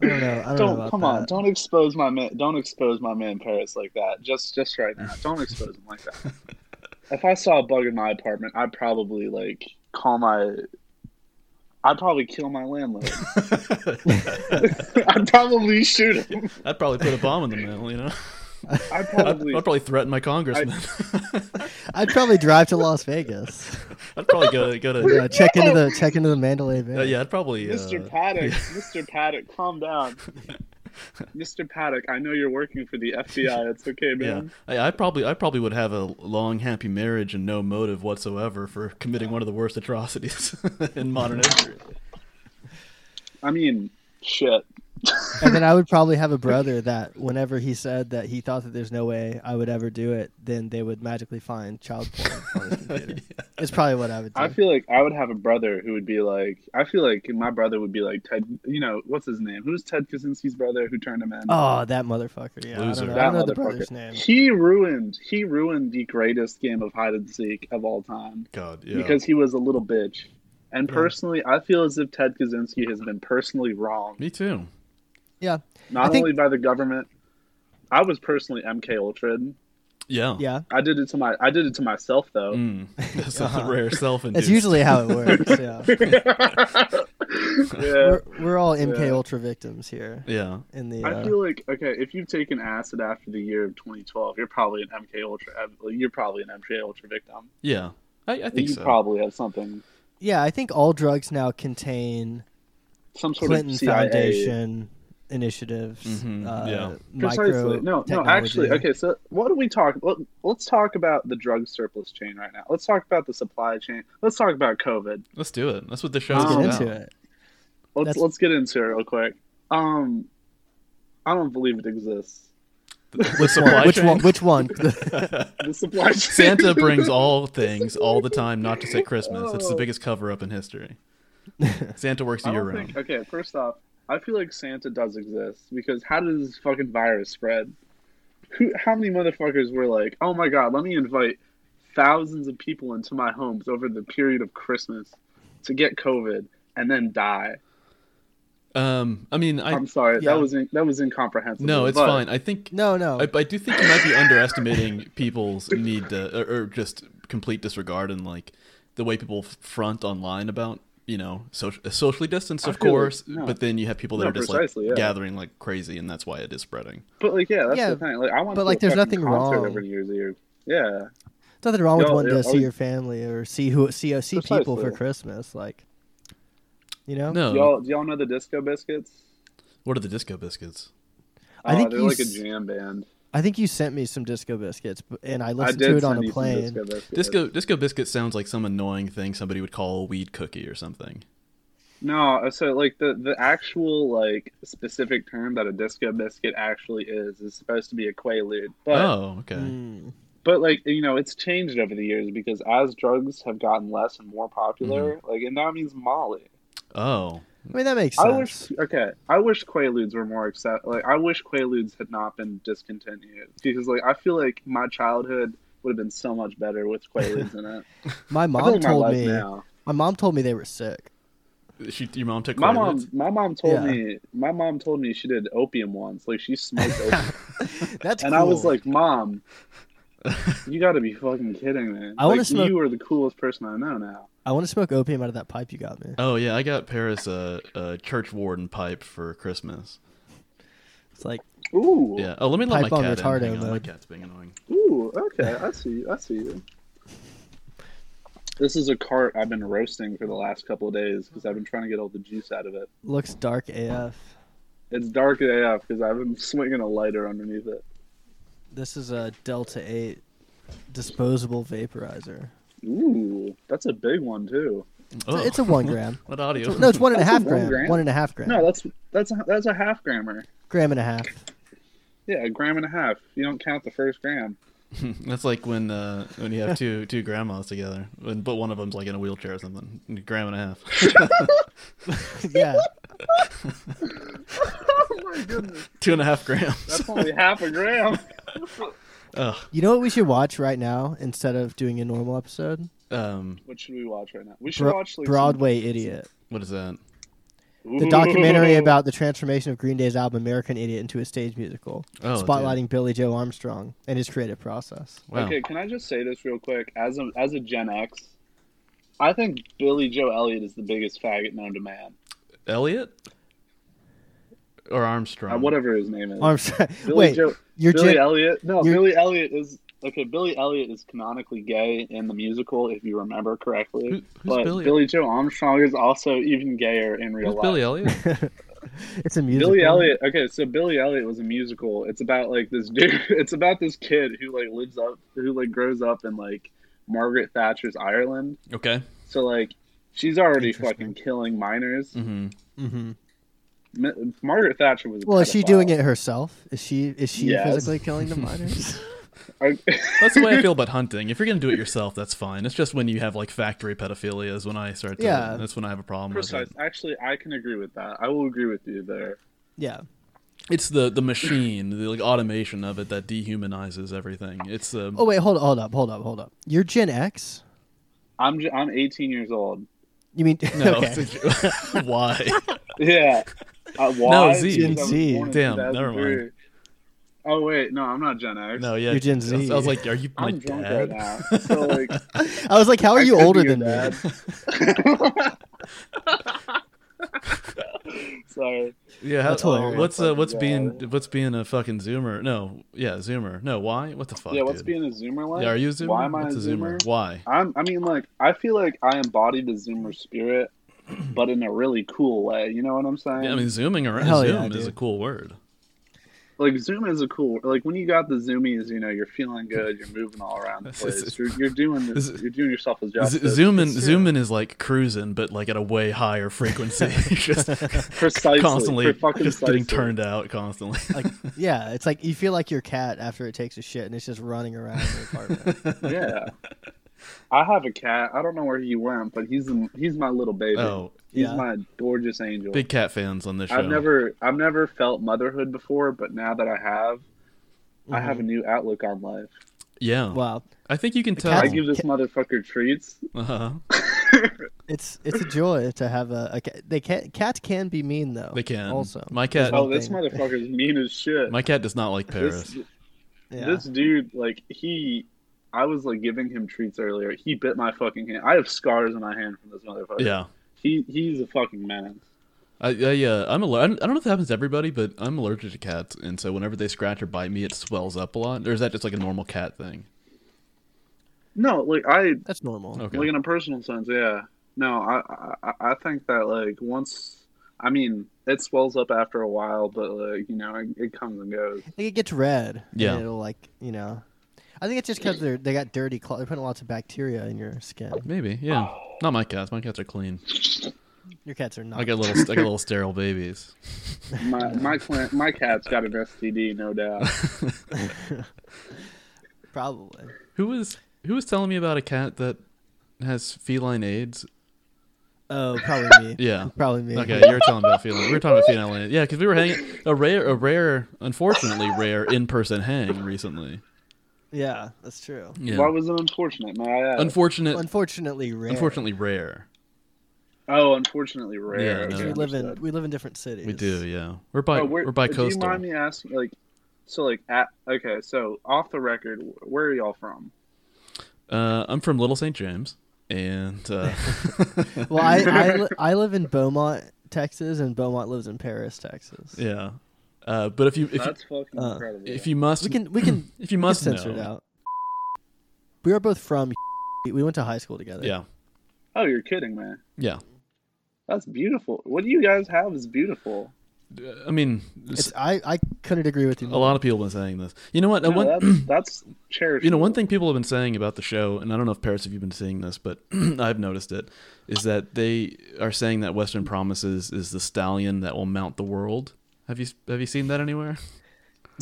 Speaker 7: I don't know. I don't, know
Speaker 9: don't
Speaker 7: about
Speaker 9: come
Speaker 7: that.
Speaker 9: on don't expose my man don't expose my man paris like that just just right now don't expose him like that if i saw a bug in my apartment i'd probably like call my i'd probably kill my landlord i'd probably shoot him
Speaker 8: I'd probably put a bomb in the middle, you know.
Speaker 9: i'd
Speaker 8: I'd,
Speaker 9: probably
Speaker 8: I'd probably threaten my congressman.
Speaker 7: I'd probably drive to Las Vegas.
Speaker 8: I'd probably go to go to
Speaker 7: Yeah, check into the check into the Mandalay Bay.
Speaker 8: uh, yeah. I'd probably
Speaker 9: mr
Speaker 8: uh,
Speaker 9: paddock mr paddock calm down mr paddock i know you're working for the fbi it's okay
Speaker 8: Yeah,
Speaker 9: man
Speaker 8: I, I probably I probably would have a long happy marriage and no motive whatsoever for committing one of the worst atrocities in modern history.
Speaker 9: i mean shit
Speaker 7: And then I would probably have a brother that whenever he said that he thought that there's no way I would ever do it, then they would magically find child porn on his computer. It's probably what I would do.
Speaker 9: I feel like I would have a brother who would be like, I feel like my brother would be like Ted, you know, what's his name? Who's Ted Kaczynski's brother who turned him in?
Speaker 7: oh, that motherfucker. Yeah,
Speaker 8: Loser.
Speaker 7: I don't know, I
Speaker 9: that
Speaker 7: don't know the
Speaker 9: motherfucker.
Speaker 7: brother's name.
Speaker 9: He ruined, he ruined the greatest game of hide and seek of all time
Speaker 8: God, yeah.
Speaker 9: because he was a little bitch. And personally, I feel as if Ted Kaczynski has been personally wronged,
Speaker 8: me too.
Speaker 7: Yeah, I
Speaker 9: not
Speaker 7: think-
Speaker 9: only by the government. I was personally MK Ultra.
Speaker 8: Yeah,
Speaker 7: yeah.
Speaker 9: I did it to my, I did it to myself though.
Speaker 8: Mm. That's a rare self induced.
Speaker 7: That's Uh-huh. usually how it works. Yeah,
Speaker 9: Yeah.
Speaker 7: we're, we're all MK Ultra victims here
Speaker 8: yeah.
Speaker 7: in the.
Speaker 9: I
Speaker 7: Uh,
Speaker 9: feel like okay, if you've taken acid after the year of 2012, you're probably an MK Ultra. uh, You're probably an MK Ultra victim.
Speaker 8: Yeah, I, I think
Speaker 9: You
Speaker 8: so.
Speaker 9: probably have something,
Speaker 7: yeah, I think all drugs now contain
Speaker 9: some sort
Speaker 7: Clinton
Speaker 9: of CIA.
Speaker 7: Foundation initiatives. uh,
Speaker 8: Mm-hmm. yeah.
Speaker 7: micro
Speaker 9: Precisely. No, no. Actually,
Speaker 7: technology.
Speaker 9: okay. So, what do we talk? Let, let's talk about the drug surplus chain right now. Let's talk about the supply chain. Let's talk about COVID.
Speaker 8: Let's do it. That's what the show's
Speaker 7: Let's
Speaker 8: about.
Speaker 7: get into it.
Speaker 9: Let's
Speaker 7: That's-
Speaker 9: let's get into it real quick. Um, I don't believe it exists.
Speaker 8: The, the supply
Speaker 7: which
Speaker 8: chain.
Speaker 7: one? Which one?
Speaker 9: The supply chain.
Speaker 8: Santa brings all things all the time, not just at Christmas. It's the biggest cover up in history. Santa works
Speaker 9: I
Speaker 8: year
Speaker 9: don't
Speaker 8: round.
Speaker 9: think. Okay, first off, I feel like Santa does exist because how did this fucking virus spread? Who? How many motherfuckers were like, "Oh my god, let me invite thousands of people into my homes over the period of Christmas to get COVID and then die"?
Speaker 8: Um, I mean, I
Speaker 9: I'm sorry,
Speaker 7: Yeah.
Speaker 9: that was in, that was incomprehensible.
Speaker 8: no, it's
Speaker 9: but
Speaker 8: fine. I think
Speaker 7: no, no.
Speaker 8: I, I do think you might be underestimating people's need to, or, or just complete disregard and like the way people f- front online about you know social, socially distanced, of
Speaker 9: feel like-
Speaker 8: course.
Speaker 9: no.
Speaker 8: But then you have people that
Speaker 9: No,
Speaker 8: are just like
Speaker 9: precisely, yeah.
Speaker 8: gathering like crazy, and that's why it is spreading.
Speaker 9: But like, yeah, that's
Speaker 7: Yeah,
Speaker 9: the thing. Like, I want.
Speaker 7: but,
Speaker 9: to
Speaker 7: like,
Speaker 9: do a
Speaker 7: there's
Speaker 9: fucking
Speaker 7: nothing
Speaker 9: concert
Speaker 7: wrong.
Speaker 9: Over New Year's Eve. Yeah,
Speaker 7: Nothing wrong with
Speaker 9: Y'all-
Speaker 7: one to
Speaker 9: y'all-
Speaker 7: see your family or see who see see uh, people
Speaker 9: Precisely.
Speaker 7: for Christmas. Like You know?
Speaker 8: No.
Speaker 9: Do y'all, do y'all know the Disco Biscuits?
Speaker 8: What are the disco biscuits?
Speaker 7: I
Speaker 9: Oh,
Speaker 7: think
Speaker 9: they're
Speaker 7: you
Speaker 9: like a
Speaker 7: s-
Speaker 9: jam band.
Speaker 7: I think you sent me some Disco Biscuits, b- and I
Speaker 9: I
Speaker 7: listened
Speaker 9: did
Speaker 7: to it
Speaker 9: send
Speaker 7: on
Speaker 9: you
Speaker 7: a
Speaker 9: some
Speaker 7: plane.
Speaker 9: Disco Biscuits.
Speaker 8: Disco disco biscuit sounds like some annoying thing somebody would call a weed cookie or something.
Speaker 9: No, so like the the actual like specific term that a disco biscuit actually is is supposed to be a quaalude, but
Speaker 8: oh, okay.
Speaker 9: but like you know it's changed over the years because as drugs have gotten less and more popular,
Speaker 7: Mm-hmm.
Speaker 9: like it now means Molly.
Speaker 8: Oh.
Speaker 7: I mean, that makes
Speaker 9: I
Speaker 7: sense.
Speaker 9: wish okay, I wish quaaludes were more accept. Like I wish quaaludes had not been discontinued because like I feel like my childhood would have been so much better with quaaludes in it.
Speaker 7: my
Speaker 9: I feel
Speaker 7: mom
Speaker 9: like my
Speaker 7: told
Speaker 9: life
Speaker 7: me.
Speaker 9: now.
Speaker 7: My mom told me they were sick.
Speaker 8: She, your mom took
Speaker 9: My
Speaker 8: Quaaludes?
Speaker 9: mom, my mom told
Speaker 7: Yeah.
Speaker 9: me, my mom told me she did opium once. Like she smoked opium.
Speaker 7: That's
Speaker 9: And
Speaker 7: cool.
Speaker 9: I was like, Mom, you gotta be fucking kidding me.
Speaker 7: I wanna
Speaker 9: like,
Speaker 7: smoke-
Speaker 9: You are the coolest person I know now.
Speaker 7: I want to smoke opium out of that pipe you got me.
Speaker 8: Oh yeah, I got Paris a, a church warden pipe for Christmas.
Speaker 7: It's like
Speaker 9: Ooh.
Speaker 8: Yeah. Oh, let me let
Speaker 7: Pipe
Speaker 8: my
Speaker 7: on
Speaker 8: cat in.
Speaker 7: retardo
Speaker 8: Hang on, my
Speaker 7: mode.
Speaker 8: cat's being annoying.
Speaker 9: Ooh, okay. I see you. I see you. This is a cart I've been roasting for the last couple of days because I've been trying to get all the juice out of it.
Speaker 7: looks dark AF.
Speaker 9: It's dark AF because I've been swinging a lighter underneath it.
Speaker 7: This is a Delta Eight disposable vaporizer.
Speaker 9: Ooh, that's a big one too.
Speaker 8: Oh.
Speaker 7: It's a one gram.
Speaker 8: what audio?
Speaker 7: No, it's one and a half
Speaker 9: one
Speaker 7: gram.
Speaker 9: gram?
Speaker 7: One and a half gram.
Speaker 9: No, that's that's a, that's a half grammer.
Speaker 7: gram and a half.
Speaker 9: Yeah, a gram and a half. You don't count the first gram.
Speaker 8: That's like when uh, when you have two two grandmas together, and, but one of them's like in a wheelchair or something. Gram and a half,
Speaker 7: yeah.
Speaker 9: oh my goodness,
Speaker 8: two and a half grams.
Speaker 9: that's only half a gram.
Speaker 7: You know what we should watch right now instead of doing a normal episode?
Speaker 8: Um,
Speaker 9: What should we watch right now? We should
Speaker 7: Bro-
Speaker 9: watch like,
Speaker 7: Broadway Idiot.
Speaker 8: what is that?
Speaker 9: some-
Speaker 7: The documentary
Speaker 9: Ooh.
Speaker 7: about the transformation of Green Day's album American Idiot into a stage musical,
Speaker 8: Oh, dude.
Speaker 7: spotlighting Billy Joe Armstrong and his creative process.
Speaker 8: Wow.
Speaker 9: Okay, can I just say this real quick? As a as a Gen X, I think Billy Joe Elliott is the biggest faggot known to man.
Speaker 8: Elliot or Armstrong?
Speaker 9: Uh, whatever his name is.
Speaker 7: Armstrong.
Speaker 9: Billy
Speaker 7: Wait,
Speaker 9: Joe-
Speaker 7: Oh, you're
Speaker 9: Billy
Speaker 7: Gen-
Speaker 9: Elliot. No,
Speaker 7: you're-
Speaker 9: Billy Elliot is okay. Billy Elliot is canonically gay in the musical, if you remember correctly.
Speaker 8: Who- who's
Speaker 9: but
Speaker 8: Billy-
Speaker 9: Billy? Joe Armstrong is also even gayer in real
Speaker 8: Who's
Speaker 9: life.
Speaker 8: Billy Elliot?
Speaker 7: it's a musical.
Speaker 9: Billy Elliot. Okay, so Billy Elliot was a musical. It's about like this dude. It's about this kid who like lives up, who like grows up in like Margaret Thatcher's Ireland.
Speaker 8: okay.
Speaker 9: So like, she's already
Speaker 7: Interesting.
Speaker 9: fucking killing minors.
Speaker 8: hmm
Speaker 7: Mm-hmm.
Speaker 9: M- Margaret Thatcher was. a
Speaker 7: Well, is she
Speaker 9: pedophile.
Speaker 7: doing it herself? Is she is she
Speaker 9: Yes.
Speaker 7: physically killing the miners?
Speaker 9: I-
Speaker 8: That's the way I feel about hunting. If you're gonna do it yourself, that's fine. It's just when you have like factory pedophilia is when I start. To,
Speaker 7: Yeah.
Speaker 8: That's when I have a problem with
Speaker 9: Precise.
Speaker 8: it.
Speaker 9: Actually, I can agree with that. I will agree with you there.
Speaker 7: yeah.
Speaker 8: It's the the machine, the like automation of it that dehumanizes everything. It's um, the
Speaker 7: Oh wait, hold hold up, hold up, hold up. You're Gen X.
Speaker 9: I'm j- I'm 18 years old.
Speaker 7: You mean
Speaker 8: no.
Speaker 7: okay?
Speaker 8: why?
Speaker 9: Yeah. Uh, why?
Speaker 8: Z.
Speaker 9: Because I was
Speaker 7: Z.
Speaker 9: born in
Speaker 8: Damn, never
Speaker 9: 2003.
Speaker 8: mind.
Speaker 9: Oh wait, no, I'm not Gen X.
Speaker 8: No, yeah.
Speaker 7: You're Gen Z.
Speaker 8: I was like, are you my
Speaker 9: I'm drunk
Speaker 8: dad?
Speaker 9: right now. So like,
Speaker 7: I was like, how are you
Speaker 9: could be
Speaker 7: older
Speaker 9: your
Speaker 7: than me?
Speaker 9: sorry.
Speaker 8: Yeah, how,
Speaker 7: That's hilarious.
Speaker 8: what's uh, what's
Speaker 9: Yeah.
Speaker 8: being what's being a fucking zoomer? No, yeah, zoomer. No, why? What the fuck?
Speaker 9: yeah, what's
Speaker 8: dude?
Speaker 9: being a zoomer like?
Speaker 8: Yeah, are you a zoomer?
Speaker 9: Why am I
Speaker 8: what's
Speaker 9: a zoomer?
Speaker 8: Why?
Speaker 9: I'm, I mean, like, I feel like I embody the Zoomer spirit, but in a really cool way. You know what I'm saying?
Speaker 8: Yeah, I mean, zooming around.
Speaker 7: Hell yeah,
Speaker 8: Zoom is a
Speaker 7: dude.
Speaker 8: cool word.
Speaker 9: like, Zoom is a cool. Like, when you got the Zoomies, you know, you're feeling good, you're moving all around the place, you're, you're doing, this,
Speaker 8: Is-
Speaker 9: you're doing yourself a
Speaker 8: Z-
Speaker 9: justice.
Speaker 8: zooming,
Speaker 9: It's true.
Speaker 8: zooming is like cruising, but like at a way higher frequency. just
Speaker 9: precisely,
Speaker 8: constantly,
Speaker 9: for fucking
Speaker 8: just getting
Speaker 9: precisely.
Speaker 8: turned out constantly.
Speaker 7: Like, yeah, it's like you feel like your cat after it takes a shit and it's just running around the apartment.
Speaker 9: Yeah. I have a cat. I don't know where he went, but he's he's my little baby.
Speaker 8: Oh,
Speaker 9: he's
Speaker 7: yeah.
Speaker 9: my gorgeous angel.
Speaker 8: Big cat fans on this show.
Speaker 9: I've never I've never felt motherhood before, but now that I have, I have a
Speaker 8: Mm-hmm.
Speaker 9: new outlook on life.
Speaker 8: Yeah,
Speaker 7: Wow,
Speaker 8: I think you can tell.
Speaker 9: I give this motherfucker treats.
Speaker 8: uh-huh.
Speaker 7: it's it's a joy to have a, a cat. They can cats can be mean though.
Speaker 8: They can.
Speaker 7: also.
Speaker 8: My cat.
Speaker 9: Oh, this
Speaker 7: thing.
Speaker 9: motherfucker's mean as shit.
Speaker 8: My cat does not like Paris.
Speaker 9: this
Speaker 7: yeah.
Speaker 9: this dude, like he, I was like giving him treats earlier. He bit my fucking hand. I have scars on my hand from this motherfucker.
Speaker 8: Yeah.
Speaker 9: he he's a fucking man.
Speaker 8: I, I, uh, I'm aller- I don't I don't know if it happens to everybody, but I'm allergic to cats, and so whenever they scratch or bite me, it swells up a lot. Or is that just like a normal cat thing?
Speaker 9: No, like I
Speaker 7: That's normal.
Speaker 8: Okay.
Speaker 9: like in a personal sense, yeah. No, I, I I think that like once, I mean, it swells up after a while, but like you know, it, it comes and goes.
Speaker 7: Like it gets red. and
Speaker 8: Yeah.
Speaker 7: it'll like you know. I think it's just because they're they got dirty claws. They're putting lots of bacteria in your skin.
Speaker 8: Maybe, yeah. Not my cats. My cats are clean.
Speaker 7: Your cats are not.
Speaker 8: I got little, I got little sterile babies.
Speaker 9: My my clan, my cat's got an STD, no doubt.
Speaker 7: Probably.
Speaker 8: Who was who was telling me about a cat that has feline AIDS?
Speaker 7: Oh, probably me.
Speaker 8: Yeah,
Speaker 7: Probably me.
Speaker 8: Okay, you were telling me about feline. We were talking about feline AIDS. Yeah, because we were hanging a rare, a rare, unfortunately rare in-person hang recently.
Speaker 7: Yeah, that's true.
Speaker 8: Yeah,
Speaker 9: Why was it unfortunate? May I ask?
Speaker 8: unfortunate,
Speaker 7: Unfortunately, rare.
Speaker 8: unfortunately rare.
Speaker 9: oh, unfortunately, rare.
Speaker 8: Yeah,
Speaker 7: Because
Speaker 8: no.
Speaker 9: Okay,
Speaker 7: we live in
Speaker 9: understood.
Speaker 7: we live in different cities.
Speaker 8: We do, yeah. We're by,
Speaker 9: Oh,
Speaker 8: we're,
Speaker 9: where,
Speaker 8: by
Speaker 9: do you
Speaker 8: coastal.
Speaker 9: mind me asking, like, so like at okay, so off the record, where are y'all from?
Speaker 8: Uh, I'm from Little St. James, and uh,
Speaker 7: Well, I I, li- I live in Beaumont, Texas, and Beaumont lives in Paris, Texas.
Speaker 8: yeah. Uh, but if you if you,
Speaker 9: That's fucking
Speaker 7: Uh,
Speaker 9: incredible.
Speaker 8: if you must,
Speaker 7: We can we can
Speaker 8: if you
Speaker 7: we can
Speaker 8: must
Speaker 7: censor it
Speaker 8: know.
Speaker 7: out. We are both from. We went to high school together.
Speaker 8: yeah,
Speaker 9: oh, you're kidding, man.
Speaker 8: yeah.
Speaker 9: That's beautiful. What you guys have is beautiful.
Speaker 8: I mean,
Speaker 7: It's, I I couldn't agree with you.
Speaker 8: a lot of people have been saying this. You know what? uh,
Speaker 9: No,
Speaker 8: one-
Speaker 9: that's that's cherishable.
Speaker 8: You know, one thing people have been saying about the show, and I don't know if Paris, if you've been seeing this, but I've noticed it, is that they are saying that Western Promises is the stallion that will mount the world. Have you have you seen that anywhere?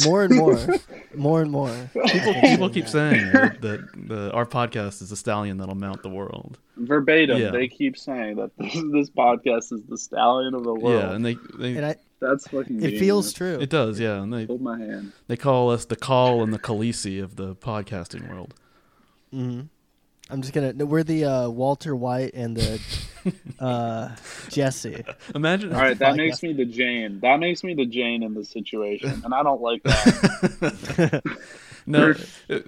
Speaker 7: More and more, more and more.
Speaker 8: People, people keep saying that, that the, our podcast is the stallion that'll mount the world.
Speaker 9: verbatim.
Speaker 8: Yeah.
Speaker 9: They keep saying that this, this podcast is the stallion of the world.
Speaker 8: Yeah, and they, they
Speaker 7: And I,
Speaker 9: that's fucking.
Speaker 7: it
Speaker 9: genius.
Speaker 7: feels true.
Speaker 8: it does. Yeah, and they
Speaker 9: Hold my hand.
Speaker 8: they call us the call and the Khaleesi of the podcasting world.
Speaker 7: I'm just gonna. no, We're the uh, Walter White and the uh, Jesse.
Speaker 8: Imagine.
Speaker 9: All right, that
Speaker 7: podcast.
Speaker 9: makes me the Jane. That makes me the Jane in this situation, and I don't like that.
Speaker 8: No, uh,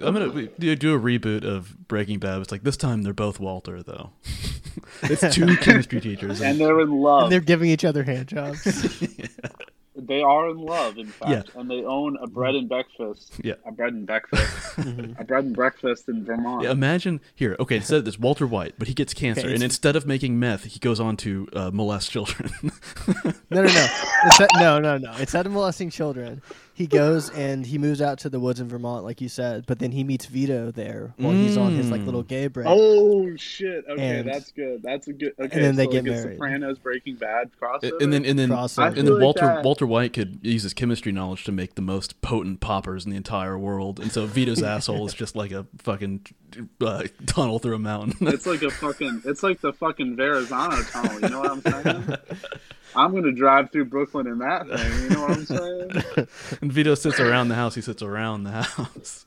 Speaker 8: I'm gonna we- do do a reboot of Breaking Bad. It's like this time they're both Walter though. it's two chemistry teachers.
Speaker 9: and they're in
Speaker 8: Oh.
Speaker 9: love.
Speaker 7: They're giving each other hand jobs.
Speaker 9: They are in love, in fact,
Speaker 8: Yeah.
Speaker 9: and they own a bread and breakfast.
Speaker 8: Yeah.
Speaker 9: a bread and breakfast.
Speaker 7: Mm-hmm.
Speaker 9: a bread and breakfast in Vermont.
Speaker 8: Yeah, imagine here. Okay, instead of this, Walter White, but he gets cancer,
Speaker 7: Okay,
Speaker 8: and
Speaker 7: it's-
Speaker 8: instead of making meth, he goes on to uh, molest children.
Speaker 7: No, no, no. It's that, no, no, no. It's not molesting children. He goes and he moves out to the woods in Vermont, like you said. But then he meets Vito there while he's on his like little gay break.
Speaker 9: Oh shit! Okay,
Speaker 7: And-
Speaker 9: that's good. That's a good. Okay,
Speaker 7: then they
Speaker 9: so
Speaker 7: get
Speaker 9: like a
Speaker 7: married.
Speaker 9: Sopranos, Breaking Bad crossover.
Speaker 8: and then, and then,
Speaker 7: Crossover. I
Speaker 8: and
Speaker 7: feel
Speaker 8: then
Speaker 9: like
Speaker 8: Walter
Speaker 9: that-
Speaker 8: Walter White could use his chemistry knowledge to make the most potent poppers in the entire world, and so Vito's asshole is just like a fucking uh, tunnel through a mountain.
Speaker 9: it's like a fucking. It's like the fucking Verrazano tunnel. You know what I'm saying? I'm gonna drive through Brooklyn in that thing. You know what I'm saying?
Speaker 8: and Vito sits around the house. He sits around the house.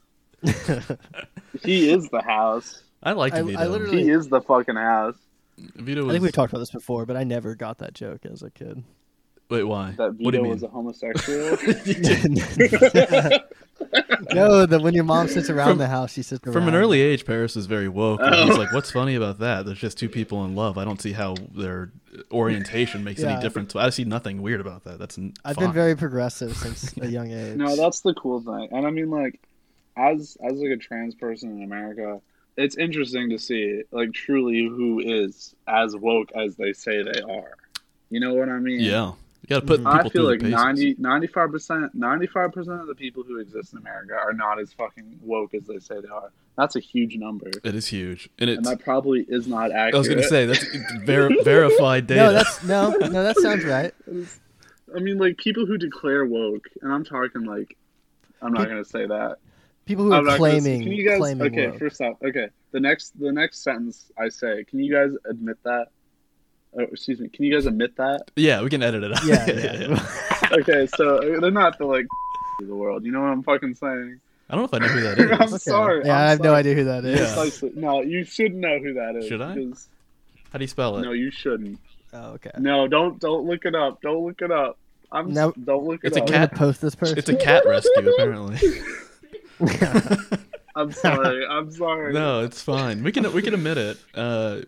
Speaker 9: He is the house.
Speaker 8: I liked
Speaker 7: I- I
Speaker 8: Vito.
Speaker 7: literally-
Speaker 9: He is the fucking house.
Speaker 8: Vito
Speaker 7: I
Speaker 8: was.
Speaker 7: think we've talked about this before, but I never got that joke as a kid.
Speaker 8: Wait, why?
Speaker 9: That
Speaker 8: what do
Speaker 9: Vito
Speaker 8: you mean?
Speaker 9: was a homosexual.
Speaker 7: no, the when your mom sits around the house, she sits around.
Speaker 8: From an early age, Paris is very woke. and He's like, "What's funny about that? There's just two people in love. I don't see how their orientation makes
Speaker 7: Yeah.
Speaker 8: any difference. I see nothing weird about that. That's n-
Speaker 7: I've
Speaker 8: fine."
Speaker 7: been very progressive since a young age.
Speaker 9: No, that's the cool thing. And I mean like as as like a trans person in America, it's interesting to see like truly who is as woke as they say they are. You know what I mean?
Speaker 8: yeah. You got to put
Speaker 7: Mm-hmm.
Speaker 8: people
Speaker 9: I feel
Speaker 8: through
Speaker 9: like
Speaker 8: their paces.
Speaker 9: 90, 95% 95% of the people who exist in America are not as fucking woke as they say they are. That's a huge number.
Speaker 8: It is huge, and
Speaker 9: And
Speaker 8: it's.
Speaker 9: that probably is not accurate.
Speaker 8: I was gonna say that's ver- verified data.
Speaker 7: no, that's no, no. That sounds right.
Speaker 9: I mean like people who declare woke and I'm talking like I'm not going to say that.
Speaker 7: People who are
Speaker 9: I'm not gonna-
Speaker 7: claiming,
Speaker 9: Can you guys?
Speaker 7: claiming
Speaker 9: okay,
Speaker 7: woke.
Speaker 9: first off, okay. The next, the next sentence I say, can you guys admit that? Oh, excuse me. Can you guys admit that?
Speaker 8: yeah, we can edit it out.
Speaker 7: Yeah,
Speaker 9: Okay, so uh, they're not the like of the world. You know what I'm fucking saying?
Speaker 8: I don't know if I know who that
Speaker 9: I'm
Speaker 8: is.
Speaker 9: sorry.
Speaker 7: Yeah,
Speaker 9: I'm
Speaker 7: I have no
Speaker 9: sorry.
Speaker 7: idea who that is.
Speaker 8: Yeah.
Speaker 9: Precisely. No, you should know who that is.
Speaker 8: Should I?
Speaker 9: because-
Speaker 8: How do you spell it?
Speaker 9: No, you shouldn't.
Speaker 7: Oh, okay.
Speaker 9: No, don't don't look it up. Don't look it up. I'm
Speaker 7: No.
Speaker 9: don't look it
Speaker 8: It's a
Speaker 9: up.
Speaker 7: We're gonna
Speaker 8: Cat-
Speaker 7: post this person.
Speaker 8: it's a cat rescue, apparently.
Speaker 9: I'm sorry. I'm sorry.
Speaker 8: no, it's fine. We can we can admit it uh,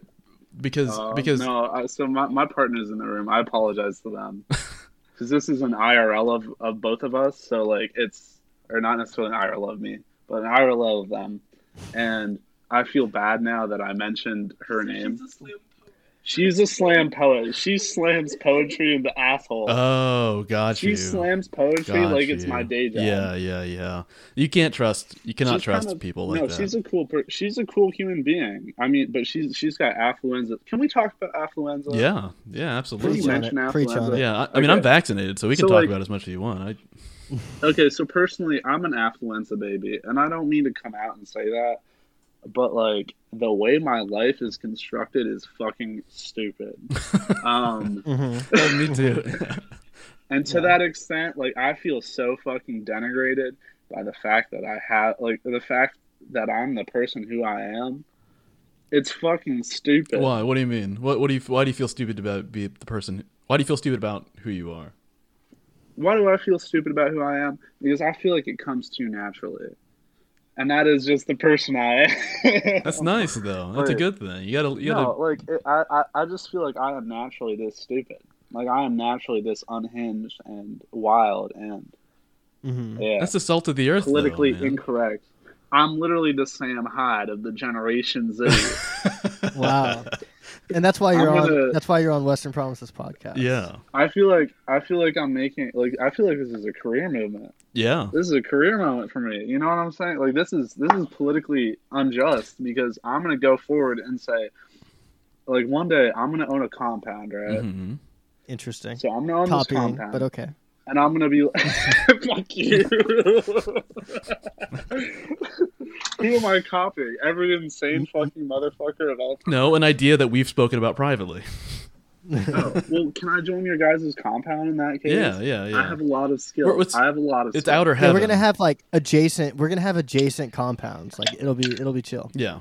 Speaker 8: because
Speaker 9: Uh,
Speaker 8: because
Speaker 9: no, I, so my my partner's in the room. I apologize to them because this is an IRL of of both of us. So like it's or not necessarily an IRL of me, but an IRL of them. And I feel bad now that I mentioned her name. She's a slam poet. She slams poetry in the asshole.
Speaker 8: Oh, got
Speaker 9: she
Speaker 8: you.
Speaker 9: slams poetry
Speaker 8: Got
Speaker 9: like it's
Speaker 8: you.
Speaker 9: my day job.
Speaker 8: Yeah, yeah, yeah. You can't trust. You cannot
Speaker 9: She's
Speaker 8: trust
Speaker 9: kind of-
Speaker 8: people like
Speaker 9: no,
Speaker 8: that.
Speaker 9: she's a cool. Per- she's a cool human being. I mean, but she's she's got affluenza. Can we talk about affluenza?
Speaker 8: yeah, yeah,
Speaker 7: Preach
Speaker 9: Did you
Speaker 8: absolutely.
Speaker 7: on
Speaker 9: mention
Speaker 7: it. Preach on
Speaker 9: affluenza?
Speaker 7: it.
Speaker 8: Yeah, I, I mean, I'm
Speaker 9: Okay.
Speaker 8: vaccinated, so we can
Speaker 9: So,
Speaker 8: talk
Speaker 9: like-
Speaker 8: about as much as you want. I,
Speaker 9: Okay, so personally, I'm an affluenza baby, and I don't mean to come out and say that, but like the way my life is constructed is fucking stupid. um,
Speaker 7: Mm-hmm.
Speaker 8: Oh, me too.
Speaker 9: and to that extent, like I feel so fucking denigrated by the fact that I have, like, the fact that I'm the person who I am. It's fucking stupid.
Speaker 8: why? What do you mean? What? What do you? Why do you feel stupid about be the person? Why do you feel stupid about who you are?
Speaker 9: why do I feel stupid about who I am? Because I feel like it comes too naturally. And that is just the person I am.
Speaker 8: That's nice though. That's a
Speaker 9: Wait.
Speaker 8: good thing. You gotta. You gotta.
Speaker 9: Oh, no, like it, I, I, I just feel like I am naturally this stupid. Like I am naturally this unhinged and wild and
Speaker 7: Mhm.
Speaker 9: yeah,
Speaker 8: that's the salt of the earth. though,
Speaker 9: politically
Speaker 8: man.
Speaker 9: incorrect. I'm literally the Sam Hyde of the Generation Z.
Speaker 7: Wow. And that's why
Speaker 9: I'm
Speaker 7: you're on.
Speaker 9: gonna-
Speaker 7: That's why you're on Western Promises podcast.
Speaker 8: Yeah.
Speaker 9: I feel like I feel like I'm making like I feel like this is a career movement.
Speaker 8: Yeah.
Speaker 9: this is a career moment for me. You know what I'm saying? Like this is this is politically unjust because I'm gonna go forward and say, like one day I'm gonna own a compound, right?
Speaker 8: Mhm.
Speaker 7: Interesting.
Speaker 9: So I'm gonna own this
Speaker 7: Copying,
Speaker 9: compound,
Speaker 7: but okay.
Speaker 9: and I'm gonna be like, fuck you. Who am I copying? Every insane
Speaker 8: Mm-hmm.
Speaker 9: fucking motherfucker of all time.
Speaker 8: No, an idea that we've spoken about privately.
Speaker 9: Well, can I join your guys' compound in that case?
Speaker 8: Yeah, yeah, yeah.
Speaker 9: I have a lot of skills.
Speaker 8: Or what's-
Speaker 9: I have a lot of.
Speaker 8: It's
Speaker 9: skills.
Speaker 8: outer
Speaker 7: Yeah,
Speaker 8: heaven.
Speaker 7: we're gonna have like adjacent. We're gonna have adjacent compounds. Like it'll be it'll be chill.
Speaker 8: Yeah.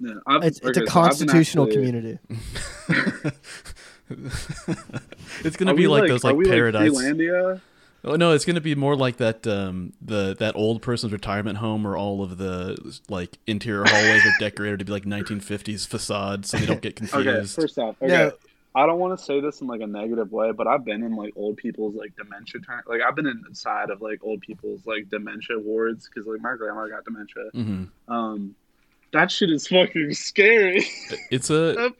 Speaker 9: Yeah, I've-
Speaker 7: It's it's
Speaker 9: okay,
Speaker 7: a
Speaker 9: so I've been
Speaker 7: constitutional
Speaker 9: actually-
Speaker 7: community.
Speaker 8: It's gonna
Speaker 9: Are
Speaker 8: be
Speaker 9: we,
Speaker 8: like, those
Speaker 9: are
Speaker 8: like
Speaker 9: we,
Speaker 8: paradise.
Speaker 9: Freelandia?
Speaker 8: oh no, it's gonna be more like that um the that old person's retirement home where all of the like interior hallways are decorated to be like 1950s facades so they don't get
Speaker 9: Okay,
Speaker 8: confused.
Speaker 9: first off, okay.
Speaker 7: No.
Speaker 9: I don't want to say this in like a negative way, but I've been in like old people's like dementia turn. Like I've been inside of like old people's like dementia wards because like my grandma got dementia.
Speaker 8: hmm
Speaker 9: Um, that shit is fucking scary.
Speaker 8: It's a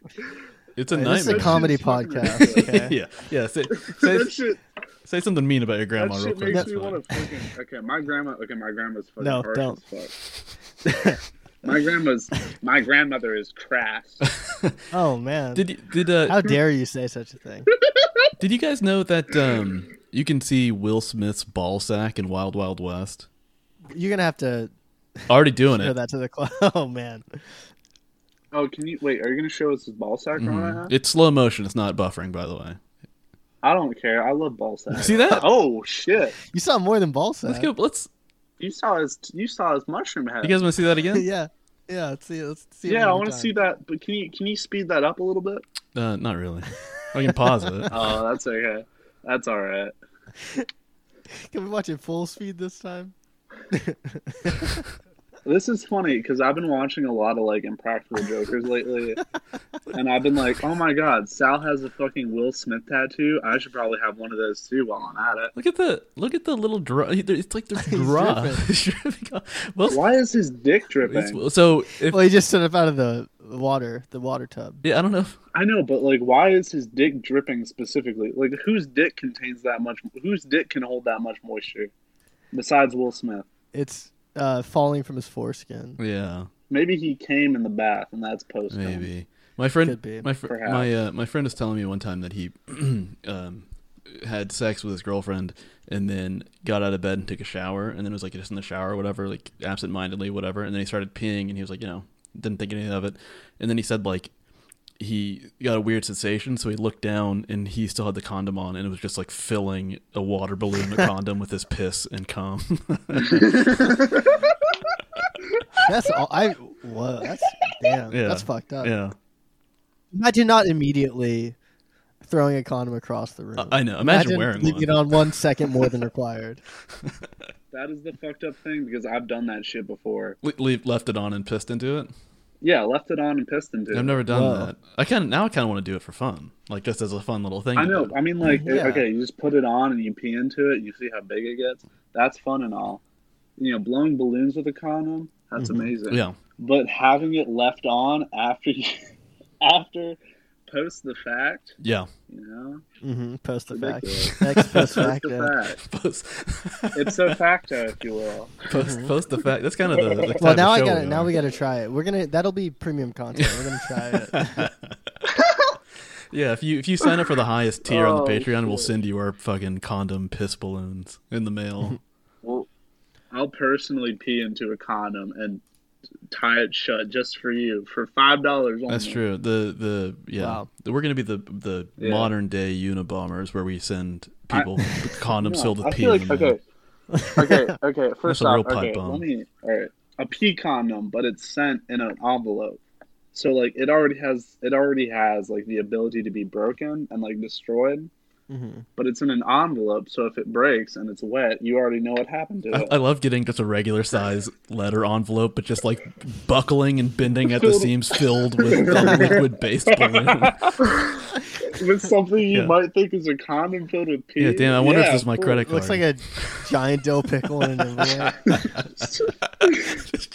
Speaker 8: it's a
Speaker 7: This is
Speaker 8: nightmare.
Speaker 7: a comedy
Speaker 9: It's fucking
Speaker 7: podcast.
Speaker 9: ridiculous.
Speaker 7: Okay.
Speaker 8: yeah, yeah. Say, say,
Speaker 9: that shit,
Speaker 8: say something mean about your
Speaker 9: that
Speaker 8: grandma real
Speaker 9: shit
Speaker 8: quick.
Speaker 9: makes
Speaker 8: That's
Speaker 9: me
Speaker 8: fine.
Speaker 9: want to fucking. Okay, my grandma. Okay, my grandma's fucking
Speaker 7: No,
Speaker 9: harsh
Speaker 7: don't.
Speaker 9: as fuck. my grandma's. My grandmother is crass.
Speaker 7: Oh man.
Speaker 8: Did you, did uh,
Speaker 7: How dare you say such a thing?
Speaker 8: Did you guys know that um, you can see Will Smith's ball sack in Wild Wild West?
Speaker 7: You're gonna have to
Speaker 8: Already doing
Speaker 7: show
Speaker 8: it.
Speaker 7: that to the club. Oh man.
Speaker 9: Oh, can you wait? Are you gonna show us his ball sack or not?
Speaker 8: It's slow motion. It's not buffering, by the way.
Speaker 9: I don't care. I love ball sack.
Speaker 8: See that?
Speaker 9: Oh shit!
Speaker 7: You saw more than balsa.
Speaker 8: Let's go. Let's.
Speaker 9: You saw his. You saw his mushroom head.
Speaker 8: You guys want to see that again?
Speaker 7: yeah. Yeah. Let's see. Let's see. it
Speaker 9: yeah, I
Speaker 7: one more
Speaker 9: want to
Speaker 7: time.
Speaker 9: see that. But can you can you speed that up a little bit?
Speaker 8: Uh, not really. I can pause it.
Speaker 9: Oh, that's okay. That's all right.
Speaker 7: Can we watch it full speed this time?
Speaker 9: This is funny because I've been watching a lot of like Impractical Jokers lately, and I've been like, oh my god, Sal has a fucking Will Smith tattoo. I should probably have one of those too while I'm at it.
Speaker 8: Look at the look at the little draw. It's like there's draw. He's dripping off. Will
Speaker 9: Why is his dick
Speaker 8: Smith's-
Speaker 9: dripping?
Speaker 8: so if
Speaker 7: Well, he just stood up out of the water, the water tub.
Speaker 8: yeah, I don't know. If,
Speaker 9: I know, but like, why is his dick dripping specifically? Like, whose dick contains that much? Whose dick can hold that much moisture? Besides Will Smith,
Speaker 7: It's uh, falling from his foreskin.
Speaker 8: yeah,
Speaker 9: maybe he came in the bath, and that's post.
Speaker 8: maybe my friend.
Speaker 7: Could be.
Speaker 8: My fr-
Speaker 9: Perhaps.
Speaker 8: my uh, my friend was telling me one time that he um, had sex with his girlfriend and then got out of bed and took a shower and then was like just in the shower or whatever, like absentmindedly, whatever. And then he started peeing and he was like, you know, didn't think anything of it. And then he said like he got a weird sensation, so he looked down and he still had the condom on and it was just like filling a water balloon, a condom with his piss and cum.
Speaker 7: That's all. I whoa. That's damn.
Speaker 8: Yeah.
Speaker 7: That's fucked up.
Speaker 8: yeah.
Speaker 7: Imagine not immediately throwing a condom across the room.
Speaker 8: I I know. Uh, Imagine, wearing
Speaker 7: leaving
Speaker 8: one.
Speaker 7: it on one second more than required.
Speaker 9: That is the fucked up thing because I've done that shit before.
Speaker 8: Le- leave- left it on and pissed into it.
Speaker 9: Yeah, left it on and pissed into.
Speaker 8: I've
Speaker 9: it.
Speaker 8: never done
Speaker 7: Whoa.
Speaker 8: that. I kind of now I kind of want to do it for fun, like just as a fun little thing.
Speaker 9: I
Speaker 8: to
Speaker 9: know.
Speaker 8: do.
Speaker 9: I mean, like, it-
Speaker 7: Yeah.
Speaker 9: okay, you just put it on and you pee into it. And you see how big it gets. That's fun and all. You know, blowing balloons with a condom.
Speaker 8: Mm-hmm.
Speaker 9: That's amazing.
Speaker 8: Yeah.
Speaker 9: But having it left on after you, after post the fact,
Speaker 8: Yeah.
Speaker 9: you know?
Speaker 7: Mm-hmm. Post the fact.
Speaker 9: Ridiculous.
Speaker 7: Ex post
Speaker 9: Post the
Speaker 7: facto.
Speaker 9: fact.
Speaker 8: Post,
Speaker 9: It's so facto, if you will.
Speaker 8: post, post the fact. That's kind of the, the type
Speaker 7: Well,
Speaker 8: of
Speaker 7: now I
Speaker 8: show
Speaker 7: got to
Speaker 8: we
Speaker 7: Now
Speaker 8: are.
Speaker 7: we got to try it. We're gonna. That'll be premium content. We're gonna try it.
Speaker 8: Yeah, if you if you sign up for the highest tier on
Speaker 9: Oh,
Speaker 8: the Patreon, we'll
Speaker 9: shit.
Speaker 8: send you our fucking condom piss balloons in the mail.
Speaker 9: Well, I'll personally pee into a condom and tie it shut just for you for five dollars.
Speaker 8: That's true. The the yeah,
Speaker 7: Wow.
Speaker 8: we're gonna be the the
Speaker 9: Yeah.
Speaker 8: modern day Unibombers where we send people condoms filled with
Speaker 9: I
Speaker 8: pee.
Speaker 9: feel like
Speaker 8: in the mail.
Speaker 9: okay, okay, okay. First
Speaker 8: a real
Speaker 9: off,
Speaker 8: pipe
Speaker 9: okay.
Speaker 8: bomb.
Speaker 9: Let me. All right, a pee condom, but it's sent in an envelope. So like it already has it already has like the ability to be broken and like destroyed,
Speaker 8: Mm-hmm.
Speaker 7: Mhm.
Speaker 9: but it's in an envelope. So if it breaks and it's wet, you already know what happened to it.
Speaker 8: I, I love getting just a regular size letter envelope, but just like buckling and bending at the
Speaker 9: Filled-
Speaker 8: seams, filled with the liquid based balloon.
Speaker 9: with something you
Speaker 8: Yeah.
Speaker 9: might think is a condom filled with pee.
Speaker 8: Yeah, damn. I wonder
Speaker 9: Yeah,
Speaker 8: if this is my
Speaker 9: of course.
Speaker 8: credit card.
Speaker 7: Looks like a giant dill pickle in an envelope.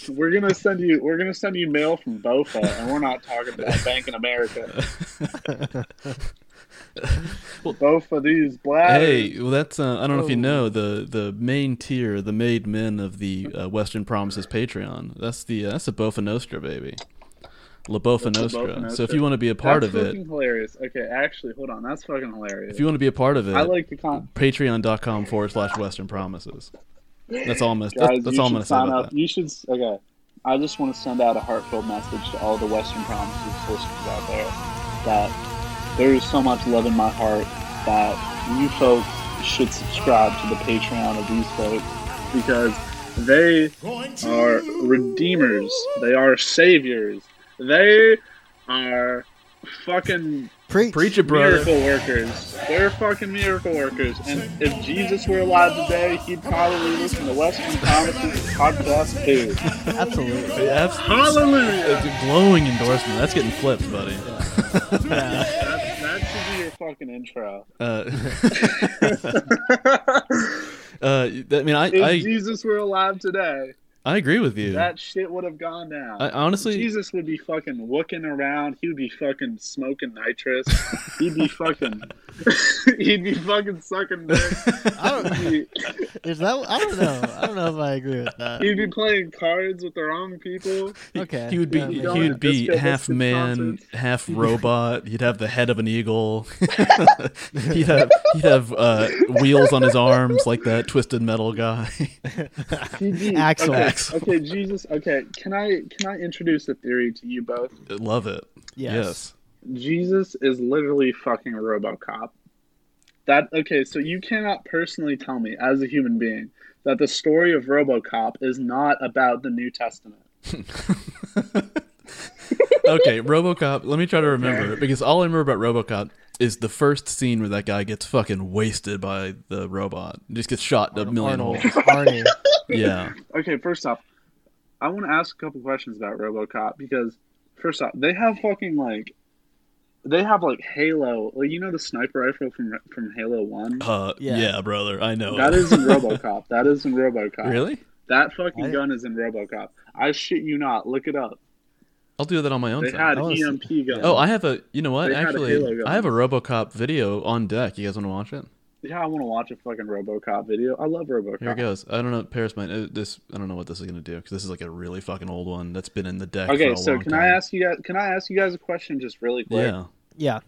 Speaker 9: We're gonna send you. We're gonna send you mail from Bofa, and we're not talking about Bank in America. Bofa, these black.
Speaker 8: Hey, well, that's uh, I don't know
Speaker 9: Oh.
Speaker 8: if you know the the main tier, the made men of the uh, Western Promises Patreon. That's the uh, that's the Bofa Nostra baby, La Bofa
Speaker 9: That's
Speaker 8: Nostra.
Speaker 9: La Bofa
Speaker 8: So
Speaker 9: Nostra.
Speaker 8: if you want to be a part
Speaker 9: that's
Speaker 8: of
Speaker 9: fucking
Speaker 8: it,
Speaker 9: hilarious. Okay, actually, hold on. That's fucking hilarious.
Speaker 8: if you want to be a part of it,
Speaker 9: I like the con.
Speaker 8: Patreon.com forward slash Western Promises. That's all I'm gonna,
Speaker 9: Guys,
Speaker 8: that's, that's
Speaker 9: you
Speaker 8: all I'm
Speaker 9: should
Speaker 8: gonna say
Speaker 9: sign
Speaker 8: about
Speaker 9: up.
Speaker 8: that.
Speaker 9: You should. s- Okay, I just want to send out a heartfelt message to all the Western Promises listeners out there that there is so much love in my heart that you folks should subscribe to the Patreon of these folks because they are redeemers. They are saviors. They are fucking
Speaker 7: Preach.
Speaker 8: Preach it, brother.
Speaker 9: miracle workers. They're fucking miracle workers. And if Jesus were alive today, he'd probably listen to Western Promises podcast too.
Speaker 7: Absolutely.
Speaker 8: Hey, abs-
Speaker 9: Hallelujah!
Speaker 8: it's a glowing endorsement. That's getting flipped, buddy.
Speaker 9: That, that should be your fucking intro.
Speaker 8: Uh, uh, I mean, I,
Speaker 9: If
Speaker 8: I
Speaker 9: Jesus were alive today,
Speaker 8: I agree with you.
Speaker 9: that shit would have gone down.
Speaker 8: I honestly,
Speaker 9: Jesus would be fucking looking around. He would be fucking smoking nitrous. He'd be fucking. he'd be fucking sucking dick.
Speaker 7: I don't.
Speaker 9: He'd be,
Speaker 7: Is that? I don't know. I don't know if I agree with that.
Speaker 9: he'd be playing cards with the wrong people.
Speaker 8: He-
Speaker 7: Okay,
Speaker 8: He would be
Speaker 7: yeah,
Speaker 8: he
Speaker 7: yeah.
Speaker 8: would be
Speaker 9: Disco
Speaker 8: half
Speaker 9: biscuit
Speaker 8: man,
Speaker 9: concerts.
Speaker 8: half robot. He'd have the head of an eagle. he'd have he'd have uh, wheels on his arms like that twisted metal guy.
Speaker 9: He'd be-
Speaker 7: Axel.
Speaker 9: Okay,
Speaker 8: Axel.
Speaker 9: okay, Jesus. Okay, can I can I introduce a theory to you both?
Speaker 8: Love it.
Speaker 7: Yes.
Speaker 8: Yes.
Speaker 9: Jesus is literally fucking a RoboCop. That okay, so you cannot personally tell me as a human being that the story of RoboCop is not about the New Testament.
Speaker 8: Okay, RoboCop. Let me try to remember it because all I remember about RoboCop is the first scene where that guy gets fucking wasted by the robot. Just gets shot a million
Speaker 7: Arnold.
Speaker 8: holes.
Speaker 7: Arnie.
Speaker 8: Yeah.
Speaker 9: Okay, first off, I want to ask a couple questions about RoboCop because first off, they have fucking like they have like Halo, like you know the sniper rifle from from Halo 1?
Speaker 8: Uh,
Speaker 7: Yeah.
Speaker 8: yeah. brother. I know.
Speaker 9: That is in RoboCop. That is in RoboCop.
Speaker 8: really.
Speaker 9: That fucking
Speaker 7: I-
Speaker 9: gun is in RoboCop. I shit you not. Look it up.
Speaker 8: I'll do that on my own.
Speaker 9: They
Speaker 8: time.
Speaker 9: had
Speaker 7: I wanna see-
Speaker 9: EMP guns.
Speaker 8: Oh, I have a. You know what?
Speaker 9: They had a Halo
Speaker 8: Actually,
Speaker 9: gun.
Speaker 8: I have a RoboCop video on deck. You guys want to watch it?
Speaker 9: Yeah, I want to watch a fucking RoboCop video. I love RoboCop.
Speaker 8: Here it goes. I don't know. Paris might. Uh, this. I don't know what this is gonna do because this is like a really fucking old one that's been in the deck. for
Speaker 9: Okay,
Speaker 8: a
Speaker 9: so
Speaker 8: long
Speaker 9: can
Speaker 8: time.
Speaker 9: I ask you guys? Can I ask you guys a question, just really quick?
Speaker 8: Yeah.
Speaker 7: Yeah.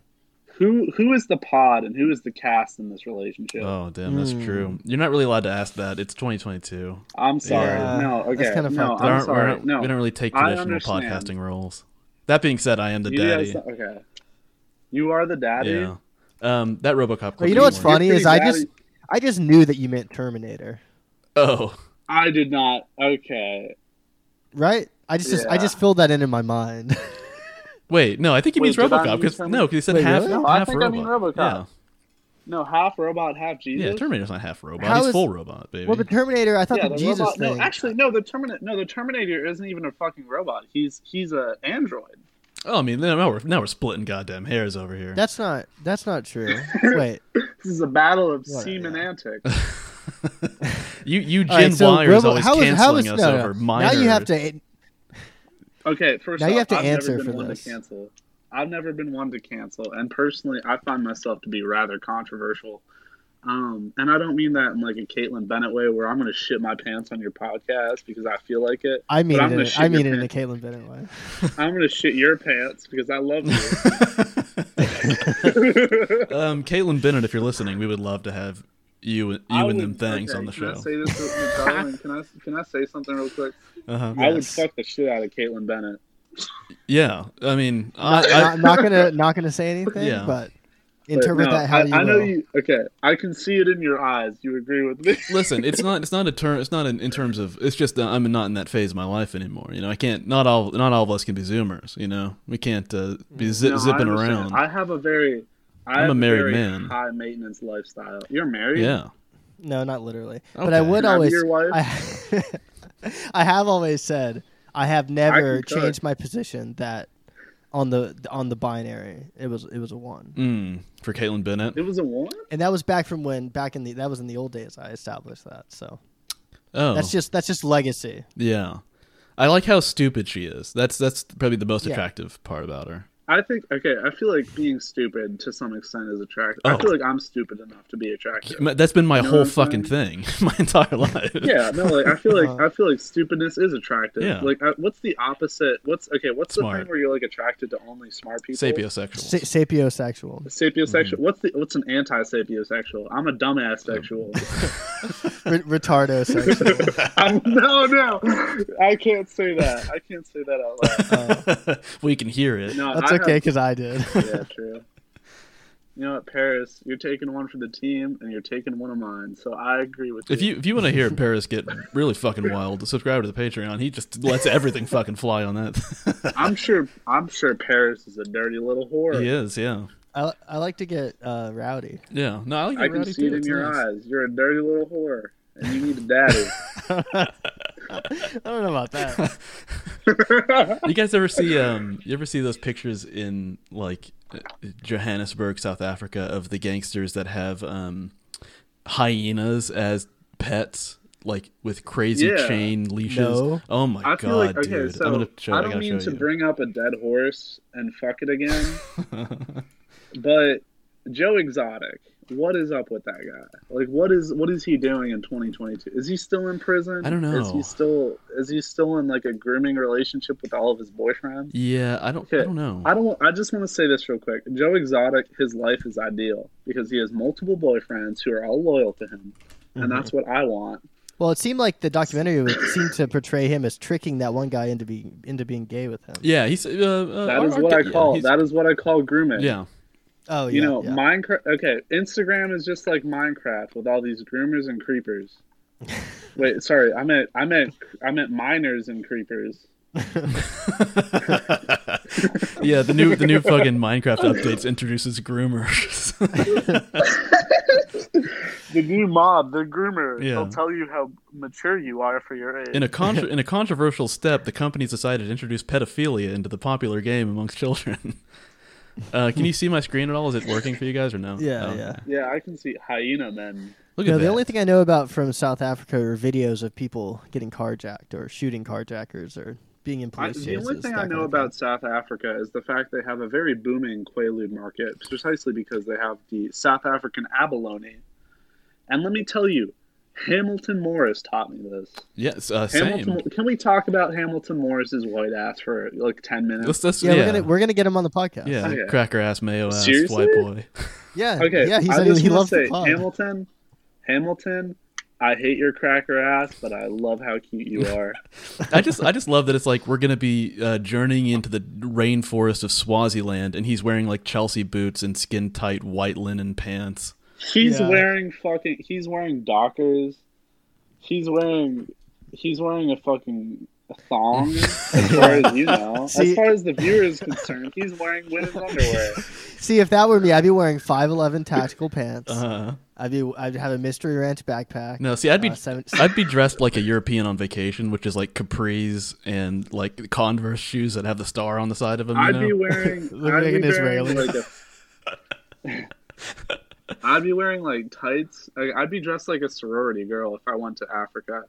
Speaker 9: Who who is the pod and who is the cast in this relationship?
Speaker 8: Oh damn, that's true.
Speaker 7: Hmm.
Speaker 8: You're not really allowed to ask that. It's 2022.
Speaker 9: I'm sorry.
Speaker 7: Yeah,
Speaker 9: no.
Speaker 7: that's
Speaker 9: Okay.
Speaker 7: kinda fucked
Speaker 9: no.
Speaker 8: There
Speaker 7: up.
Speaker 9: I'm
Speaker 8: aren't- we're
Speaker 9: sorry.
Speaker 8: not-
Speaker 9: No.
Speaker 8: We don't really take
Speaker 9: I
Speaker 8: traditional
Speaker 9: understand.
Speaker 8: podcasting roles. That being said, I am the
Speaker 9: you
Speaker 8: daddy.
Speaker 9: guys, okay. You are the daddy.
Speaker 8: yeah. Um, that RoboCop.
Speaker 7: Well,
Speaker 8: clip
Speaker 7: you know what's
Speaker 8: anyway.
Speaker 7: funny is
Speaker 9: pretty
Speaker 7: I
Speaker 9: bad
Speaker 7: just
Speaker 9: at-
Speaker 7: I just knew that you meant Terminator,
Speaker 8: Oh,
Speaker 9: I did not. Okay.
Speaker 7: right? I just, just I
Speaker 9: Yeah.
Speaker 7: just filled that in in my mind.
Speaker 8: wait. No, I think he
Speaker 9: Wait,
Speaker 8: means
Speaker 9: did I
Speaker 8: RoboCop
Speaker 9: mean
Speaker 8: because
Speaker 9: Termin-
Speaker 8: no, because he said
Speaker 7: Wait,
Speaker 8: half
Speaker 7: really?
Speaker 9: No, I
Speaker 8: half
Speaker 9: think I
Speaker 8: robot.
Speaker 9: mean
Speaker 8: Yeah.
Speaker 9: RoboCop. No, half robot, half Jesus.
Speaker 8: Yeah, Terminator's not half robot.
Speaker 7: How
Speaker 8: He's
Speaker 7: is-
Speaker 8: full robot, baby.
Speaker 7: well, the Terminator, I thought
Speaker 9: Yeah,
Speaker 7: the,
Speaker 9: the
Speaker 7: Jesus
Speaker 9: robot.
Speaker 7: thing.
Speaker 9: No, actually, no. The Terminator. No, the Terminator isn't even a fucking robot. He's he's a android.
Speaker 8: Oh, I mean, now we're now we're splitting goddamn hairs over here.
Speaker 7: that's not that's not true. Wait,
Speaker 9: This is a battle of
Speaker 7: What?
Speaker 9: semen antics.
Speaker 8: you you
Speaker 7: All right,
Speaker 8: Gen
Speaker 7: so
Speaker 8: Wire is
Speaker 7: Robo-
Speaker 8: always
Speaker 7: how is-
Speaker 8: canceling
Speaker 7: how is-
Speaker 8: us
Speaker 7: no, no.
Speaker 8: over minor.
Speaker 7: Now you have to.
Speaker 9: Okay, first
Speaker 7: Now you
Speaker 9: off,
Speaker 7: have to
Speaker 9: I've
Speaker 7: answer
Speaker 9: never been
Speaker 7: for
Speaker 9: one
Speaker 7: this.
Speaker 9: to cancel. I've never been one to cancel, and personally, I find myself to be rather controversial. Um, and I don't mean that in like a Caitlyn Bennett way, where I'm going to shit my pants on your podcast because I feel like it.
Speaker 7: I mean,
Speaker 9: But
Speaker 7: it
Speaker 9: I'm
Speaker 7: in,
Speaker 9: gonna
Speaker 7: a-
Speaker 9: shit
Speaker 7: I
Speaker 9: your
Speaker 7: mean it in a
Speaker 9: pants.
Speaker 7: Caitlyn Bennett way.
Speaker 9: I'm going to shit your pants because I love you.
Speaker 8: Um, Caitlin Bennett, if you're listening, we would love to have you you
Speaker 9: I
Speaker 8: and them
Speaker 9: would-
Speaker 8: things
Speaker 9: okay,
Speaker 8: on the
Speaker 9: can I
Speaker 8: show.
Speaker 9: say this to- to Darwin? Can I can I say something real quick?
Speaker 8: Uh-huh.
Speaker 9: I would
Speaker 8: Yes.
Speaker 9: fuck the shit out of Caitlyn Bennett.
Speaker 8: Yeah, I mean, Uh, I, I,
Speaker 7: not, not gonna not gonna say anything,
Speaker 8: Yeah.
Speaker 7: but
Speaker 9: But
Speaker 7: interpret
Speaker 9: no,
Speaker 7: that how
Speaker 9: I,
Speaker 7: you
Speaker 9: I know
Speaker 7: will.
Speaker 9: you. Okay, I can see it in your eyes. You agree with me?
Speaker 8: listen. It's not. It's not a term. It's not in, in terms of. It's just that I'm not in that phase of my life anymore. You know, I can't. Not all. Not all of us can be Zoomers. You know, we can't uh, be zi-
Speaker 9: Mm. No, I
Speaker 8: zipping
Speaker 9: understand.
Speaker 8: around.
Speaker 9: I have a very. I
Speaker 8: I'm a
Speaker 9: have
Speaker 8: married
Speaker 9: very
Speaker 8: man.
Speaker 9: High maintenance lifestyle. You're married.
Speaker 8: yeah.
Speaker 7: No, not literally. But I
Speaker 8: Okay.
Speaker 7: would
Speaker 9: Can I be
Speaker 7: always.
Speaker 9: your wife?
Speaker 7: I, I have always said I have never
Speaker 9: can cook.
Speaker 7: changed my position that on the on the binary it was it was a one,
Speaker 8: Mm, for Caitlin Bennett.
Speaker 9: It was a one.
Speaker 7: and that was back from when back in the that was in the old days I established that. So
Speaker 8: Oh,
Speaker 7: that's just that's just legacy.
Speaker 8: yeah. I like how stupid she is. That's that's probably the most
Speaker 7: Yeah.
Speaker 8: attractive part about her.
Speaker 9: I think. Okay, I feel like being stupid to some extent is attractive.
Speaker 8: Oh.
Speaker 9: I feel like I'm stupid enough to be attractive.
Speaker 8: Ma- That's been my
Speaker 9: know
Speaker 8: whole
Speaker 9: what I'm
Speaker 8: fucking thing, my entire life.
Speaker 9: Yeah, no, like I feel
Speaker 7: Uh.
Speaker 9: like I feel like stupidness is attractive.
Speaker 8: Yeah.
Speaker 9: Like, I, what's the opposite? What's okay? What's
Speaker 8: Smart.
Speaker 9: the thing where you're like attracted to only smart people?
Speaker 8: Sapiosexual. Mm-hmm.
Speaker 7: Sa- sapiosexual.
Speaker 9: Sapiosexual. What's the what's an anti-sapiosexual? I'm a dumbass sexual.
Speaker 7: Re- retardosexual.
Speaker 9: I'm- no, no, I can't say that. I can't say that out loud.
Speaker 8: we can hear it.
Speaker 9: No,
Speaker 7: That's
Speaker 9: I
Speaker 7: okay
Speaker 9: have-
Speaker 7: because I did.
Speaker 9: yeah, true. You know what, Paris? You're taking one for the team, and you're taking one of mine. So I agree with
Speaker 8: If you if you want to hear Paris get really fucking wild, subscribe to the Patreon. He just lets everything fucking fly on that.
Speaker 9: I'm sure. I'm sure Paris is a dirty little whore.
Speaker 8: he is, yeah,
Speaker 7: I, I like to get uh, rowdy.
Speaker 8: yeah. No, I like
Speaker 9: I
Speaker 8: it
Speaker 9: can
Speaker 8: rowdy
Speaker 9: see it
Speaker 8: too.
Speaker 9: in
Speaker 8: It's
Speaker 9: your
Speaker 8: nice.
Speaker 9: eyes. You're a dirty little whore, and you need a daddy.
Speaker 7: I don't know about that.
Speaker 8: You guys ever see um? You ever see those pictures in like uh, Johannesburg, South Africa, of the gangsters that have um hyenas as pets, like with crazy
Speaker 9: Yeah.
Speaker 8: chain leashes?
Speaker 7: No.
Speaker 8: Oh my
Speaker 9: I feel
Speaker 8: god,
Speaker 9: like okay,
Speaker 8: dude!
Speaker 9: so
Speaker 8: I'm gonna show.
Speaker 9: I
Speaker 8: I
Speaker 9: don't
Speaker 8: gotta
Speaker 9: mean
Speaker 8: show
Speaker 9: to
Speaker 8: you.
Speaker 9: bring up a dead horse and fuck it again, but Joe Exotic, what is up with that guy? Like, what is what is he doing in 2022? Is he still in prison?
Speaker 8: I don't
Speaker 9: Is
Speaker 8: know.
Speaker 9: he still is he still in like a grooming relationship with all of his boyfriends?
Speaker 8: yeah, I don't. I
Speaker 9: Okay,
Speaker 8: don't know.
Speaker 9: I don't. want- I just want to say this real quick. Joe Exotic, his life is ideal because he has multiple boyfriends who are all loyal to him,
Speaker 8: Mm-hmm.
Speaker 9: and that's what I want.
Speaker 7: Well, it seemed like the documentary would seemed to portray him as tricking that one guy into being into being gay with him.
Speaker 8: yeah, he's. Uh, uh,
Speaker 9: That is
Speaker 8: our-
Speaker 9: what I
Speaker 8: yeah,
Speaker 9: call.
Speaker 8: he's-
Speaker 9: that is what I call grooming.
Speaker 8: Yeah.
Speaker 7: Oh, yeah.
Speaker 9: You know,
Speaker 7: yeah.
Speaker 9: Minecraft. Okay, Instagram is just like Minecraft with all these groomers and creepers. Wait, sorry, I meant I meant I meant miners and creepers.
Speaker 8: Yeah, the new the new fucking Minecraft updates introduces groomers.
Speaker 9: The new mob, the groomer,
Speaker 8: Yeah. they'll
Speaker 9: tell you how mature you are for your age.
Speaker 8: in a contr in a controversial step, the company's decided to introduce pedophilia into the popular game amongst children. Uh, can you see my screen at all? Is it working for you guys or no?
Speaker 7: yeah,
Speaker 8: Oh,
Speaker 7: yeah.
Speaker 9: yeah, I can see hyena men.
Speaker 8: Look
Speaker 7: No,
Speaker 8: at
Speaker 7: the
Speaker 8: that.
Speaker 7: only thing I know about from South Africa are videos of people getting carjacked or shooting carjackers or being in
Speaker 9: I,
Speaker 7: police
Speaker 9: the only
Speaker 7: chases,
Speaker 9: thing
Speaker 7: that
Speaker 9: I
Speaker 7: kind
Speaker 9: know
Speaker 7: of thing.
Speaker 9: about South Africa is the fact they have a very booming quaalude market, precisely because they have the South African abalone. And let me tell you, Hamilton Morris taught me this.
Speaker 8: yes, uh,
Speaker 9: Hamilton,
Speaker 8: same.
Speaker 9: can we talk about Hamilton Morris's white ass for like ten minutes?
Speaker 8: Let's, let's,
Speaker 7: Yeah,
Speaker 8: yeah,
Speaker 7: we're gonna we're gonna get him on the podcast.
Speaker 8: yeah,
Speaker 9: Okay.
Speaker 8: cracker ass, mayo ass,
Speaker 9: Seriously?
Speaker 8: white boy.
Speaker 7: yeah,
Speaker 9: okay,
Speaker 7: yeah. He
Speaker 9: I
Speaker 7: said
Speaker 9: just
Speaker 7: he
Speaker 9: wanna
Speaker 7: loves
Speaker 9: say,
Speaker 7: the pod.
Speaker 9: Hamilton, Hamilton. I hate your cracker ass, but I love how cute you are.
Speaker 8: I just I just love that it's like we're gonna be uh, journeying into the rainforest of Swaziland, and he's wearing like Chelsea boots and skin tight white linen pants.
Speaker 9: He's
Speaker 7: Yeah.
Speaker 9: wearing fucking. He's wearing Dockers. He's wearing. He's wearing a fucking thong. As far as you know,
Speaker 7: See-
Speaker 9: as far as the viewer is concerned, he's wearing women's underwear.
Speaker 7: See, if that were me, I'd be wearing five eleven tactical pants.
Speaker 8: Uh,
Speaker 7: I'd be I'd have a mystery ranch backpack.
Speaker 8: no, see, I'd be
Speaker 7: Uh, seven-
Speaker 8: I'd be dressed like a European on vacation, which is like capris and like Converse shoes that have the star on the side of them. You
Speaker 9: I'd
Speaker 8: know?
Speaker 9: be wearing.
Speaker 7: Look
Speaker 9: I'd
Speaker 7: like an
Speaker 9: be
Speaker 7: Israeli.
Speaker 9: wearing like a. I'd be wearing like tights. I, I'd be dressed like a sorority girl if I went to Africa.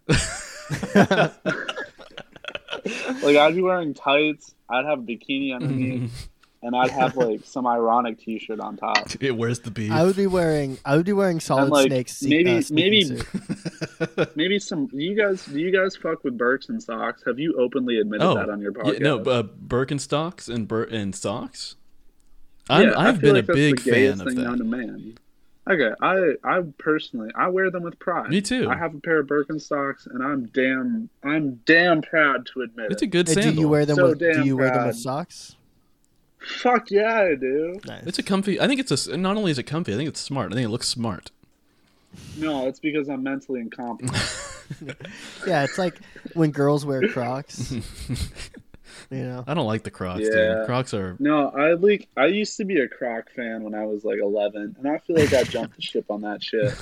Speaker 9: like I'd be wearing tights. I'd have a bikini underneath.
Speaker 8: Mm-hmm.
Speaker 9: and I'd have like some ironic T-shirt on top.
Speaker 8: It wears the beef.
Speaker 7: I would be wearing I would be wearing solid
Speaker 9: And, like,
Speaker 7: snakes. se-
Speaker 9: maybe-
Speaker 7: uh, sneaking
Speaker 9: maybe-
Speaker 7: suit.
Speaker 9: Maybe some do you guys do you guys fuck with Birks and socks? Have you openly admitted
Speaker 8: oh,
Speaker 9: that on your
Speaker 8: yeah,
Speaker 9: podcast?
Speaker 8: no, uh, Birkenstocks and Bur- and socks. I'm,
Speaker 9: Yeah, I
Speaker 8: I've been
Speaker 9: feel like
Speaker 8: a
Speaker 9: that's
Speaker 8: big
Speaker 9: the gayest
Speaker 8: fan of
Speaker 9: thing known
Speaker 8: that.
Speaker 9: to man. Okay, I I personally I wear them with pride.
Speaker 8: Me too.
Speaker 9: I have a pair of Birkenstocks, and I'm damn I'm damn proud to admit
Speaker 8: It's a
Speaker 9: it.
Speaker 8: good
Speaker 7: Uh,
Speaker 8: sandal.
Speaker 7: do you wear them
Speaker 9: So
Speaker 7: with do
Speaker 9: damn
Speaker 7: you wear them with
Speaker 9: proud.
Speaker 7: socks?
Speaker 9: Fuck yeah, I do.
Speaker 7: Nice.
Speaker 8: It's a comfy. I think it's a. s- Not only is it comfy, I think it's smart. I think it looks smart.
Speaker 9: No, it's because I'm mentally incompetent.
Speaker 7: yeah, it's like when girls wear Crocs. you know.
Speaker 8: I don't like the Crocs,
Speaker 9: Yeah.
Speaker 8: dude. Crocs are.
Speaker 9: No, I like I used to be a Croc fan when I was like 11, and I feel like I jumped the ship on that shit.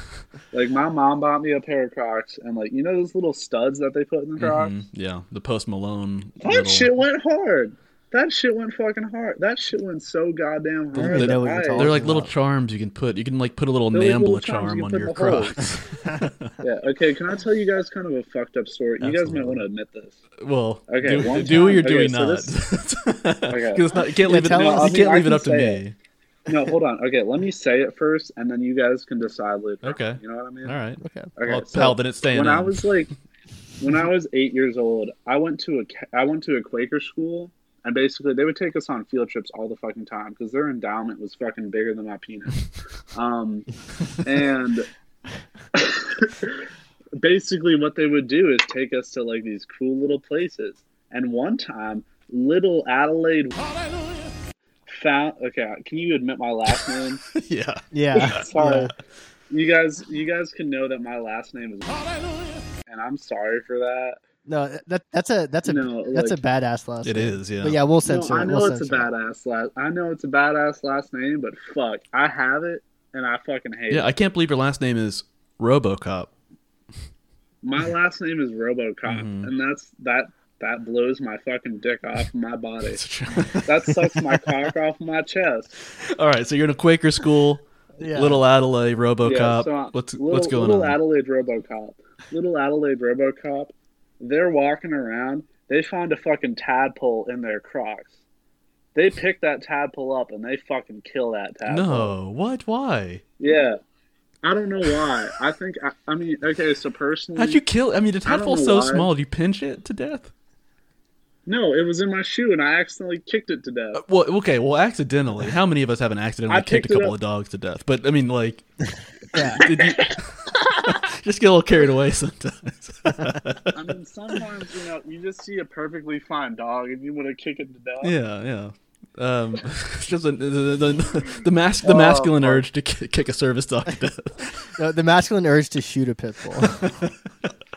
Speaker 9: Like my mom bought me a pair of Crocs, and like you know those little studs that they put in the Crocs.
Speaker 8: Mhm, yeah, the Post Malone.
Speaker 9: That
Speaker 8: little-
Speaker 9: shit went hard. That shit went fucking hard. That shit went so goddamn
Speaker 7: Don't
Speaker 9: hard.
Speaker 7: they know
Speaker 9: that
Speaker 7: what you're
Speaker 9: I-
Speaker 7: talking
Speaker 8: They're like little
Speaker 7: Wow.
Speaker 8: charms you can put. You can like put a little
Speaker 9: They're like little
Speaker 8: Nambla
Speaker 9: charms
Speaker 8: charm
Speaker 9: you
Speaker 8: on
Speaker 9: can
Speaker 8: your
Speaker 9: put in the hole.
Speaker 8: Crocs.
Speaker 9: Yeah. Okay. Can I tell you guys kind of a fucked up story? You guys
Speaker 8: Absolutely.
Speaker 9: might want to admit this.
Speaker 8: Well,
Speaker 9: Okay,
Speaker 8: do,
Speaker 9: one
Speaker 8: do what
Speaker 9: time-
Speaker 8: you're
Speaker 9: okay,
Speaker 8: doing
Speaker 9: so
Speaker 8: not.
Speaker 9: this-
Speaker 8: 'Cause it's not- you can't leave it.
Speaker 7: tell
Speaker 8: you
Speaker 7: us.
Speaker 8: can't
Speaker 9: I mean, I
Speaker 8: leave it
Speaker 9: can
Speaker 8: up to
Speaker 9: say
Speaker 8: me.
Speaker 9: No, hold on. Okay, let me say it first, and then you guys can decide later. on.
Speaker 8: Okay.
Speaker 9: You know what I mean?
Speaker 8: All right.
Speaker 7: Okay.
Speaker 9: Okay,
Speaker 8: well,
Speaker 9: so
Speaker 8: pal, then it's staying.
Speaker 9: when I
Speaker 8: in.
Speaker 9: was like, when I was eight years old, I went to a Ca- I went to a Quaker school, and basically they would take us on field trips all the fucking time because their endowment was fucking bigger than my penis. Um, and basically, what they would do is take us to like these cool little places. And one time, little Adelaide found. Okay, can you admit my last name?
Speaker 8: yeah.
Speaker 7: Yeah.
Speaker 9: sorry.
Speaker 7: yeah.
Speaker 9: You guys, you guys can know that my last name is, and I'm sorry for that.
Speaker 7: No, that that's a that's a
Speaker 9: No,
Speaker 7: that's
Speaker 9: like-
Speaker 7: a badass last.
Speaker 8: It
Speaker 7: name.
Speaker 8: is. Yeah.
Speaker 7: But yeah, we'll
Speaker 9: No,
Speaker 7: censor.
Speaker 9: I
Speaker 7: it.
Speaker 9: know
Speaker 7: we'll
Speaker 9: it's a
Speaker 7: censor it.
Speaker 9: badass last. I know it's a badass last name, but fuck, I have it and I fucking hate
Speaker 8: Yeah.
Speaker 9: it.
Speaker 8: I can't believe your last name is RoboCop.
Speaker 9: My last name is RoboCop,
Speaker 8: Mm-hmm.
Speaker 9: and that's that. That blows my fucking dick off my body. that sucks my cock off my chest.
Speaker 8: All right. So you're in a Quaker school.
Speaker 7: Yeah.
Speaker 8: Little Adelaide, RoboCop.
Speaker 9: Yeah, so
Speaker 8: what's
Speaker 9: little,
Speaker 8: what's going
Speaker 9: little
Speaker 8: on?
Speaker 9: Adelaide RoboCop. Little Adelaide RoboCop. They're walking around. They find a fucking tadpole in their Crocs. They pick that tadpole up and they fucking kill that tadpole.
Speaker 8: no. What? Why?
Speaker 9: Yeah. I don't know why. I think I, I mean okay, so personally
Speaker 8: How'd you kill? I mean, the
Speaker 9: I don't
Speaker 8: tadpole's so
Speaker 9: know why.
Speaker 8: small. Do you pinch it to death?
Speaker 9: No, it was in my shoe and I accidentally kicked it to death.
Speaker 8: Well, okay. Well, accidentally. How many of us haven't accidentally
Speaker 9: I
Speaker 8: kicked a
Speaker 9: picked it
Speaker 8: couple
Speaker 9: up.
Speaker 8: of dogs to death? But I mean, like,
Speaker 7: Yeah.
Speaker 8: did you just get a little carried away sometimes?
Speaker 9: I mean sometimes you know, you just see a perfectly fine dog and you want to kick it to death.
Speaker 8: yeah, yeah. Um, it's just a, the, the, the, the mas-
Speaker 9: Oh,
Speaker 8: the masculine urge to ki- kick a service dog to death.
Speaker 7: No, the masculine urge to shoot a pit bull.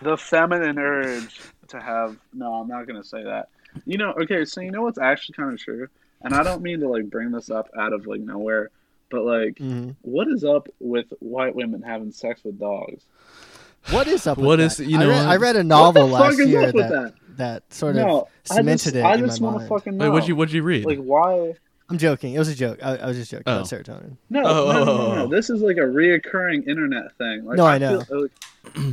Speaker 9: The feminine urge to have no, I'm not gonna say that. You know, okay, so you know what's actually kinda true? And I don't mean to like bring this up out of like nowhere, but like
Speaker 7: Mhm.
Speaker 9: what is up with white women having sex with dogs?
Speaker 7: What is up? with
Speaker 8: What is-
Speaker 7: that?
Speaker 8: you
Speaker 7: I
Speaker 8: know
Speaker 7: read, I
Speaker 8: what?
Speaker 7: read a novel
Speaker 9: fuck
Speaker 7: last
Speaker 9: is up
Speaker 7: year
Speaker 9: with
Speaker 7: that, that
Speaker 9: that?
Speaker 7: sort
Speaker 9: No,
Speaker 7: of
Speaker 9: I
Speaker 7: cemented
Speaker 9: just,
Speaker 7: it
Speaker 9: I
Speaker 7: in
Speaker 9: just
Speaker 7: my
Speaker 9: want to
Speaker 7: mind.
Speaker 9: fucking know.
Speaker 8: Wait, what'd you what'd you read?
Speaker 9: like why?
Speaker 7: I'm joking. It was a joke. I, I was just joking about
Speaker 8: Oh.
Speaker 7: serotonin.
Speaker 9: No,
Speaker 8: Oh,
Speaker 9: no, no,
Speaker 8: oh,
Speaker 9: no,
Speaker 8: oh.
Speaker 9: no. This is like a reoccurring internet thing. Like,
Speaker 7: No, I know.
Speaker 9: feel- like,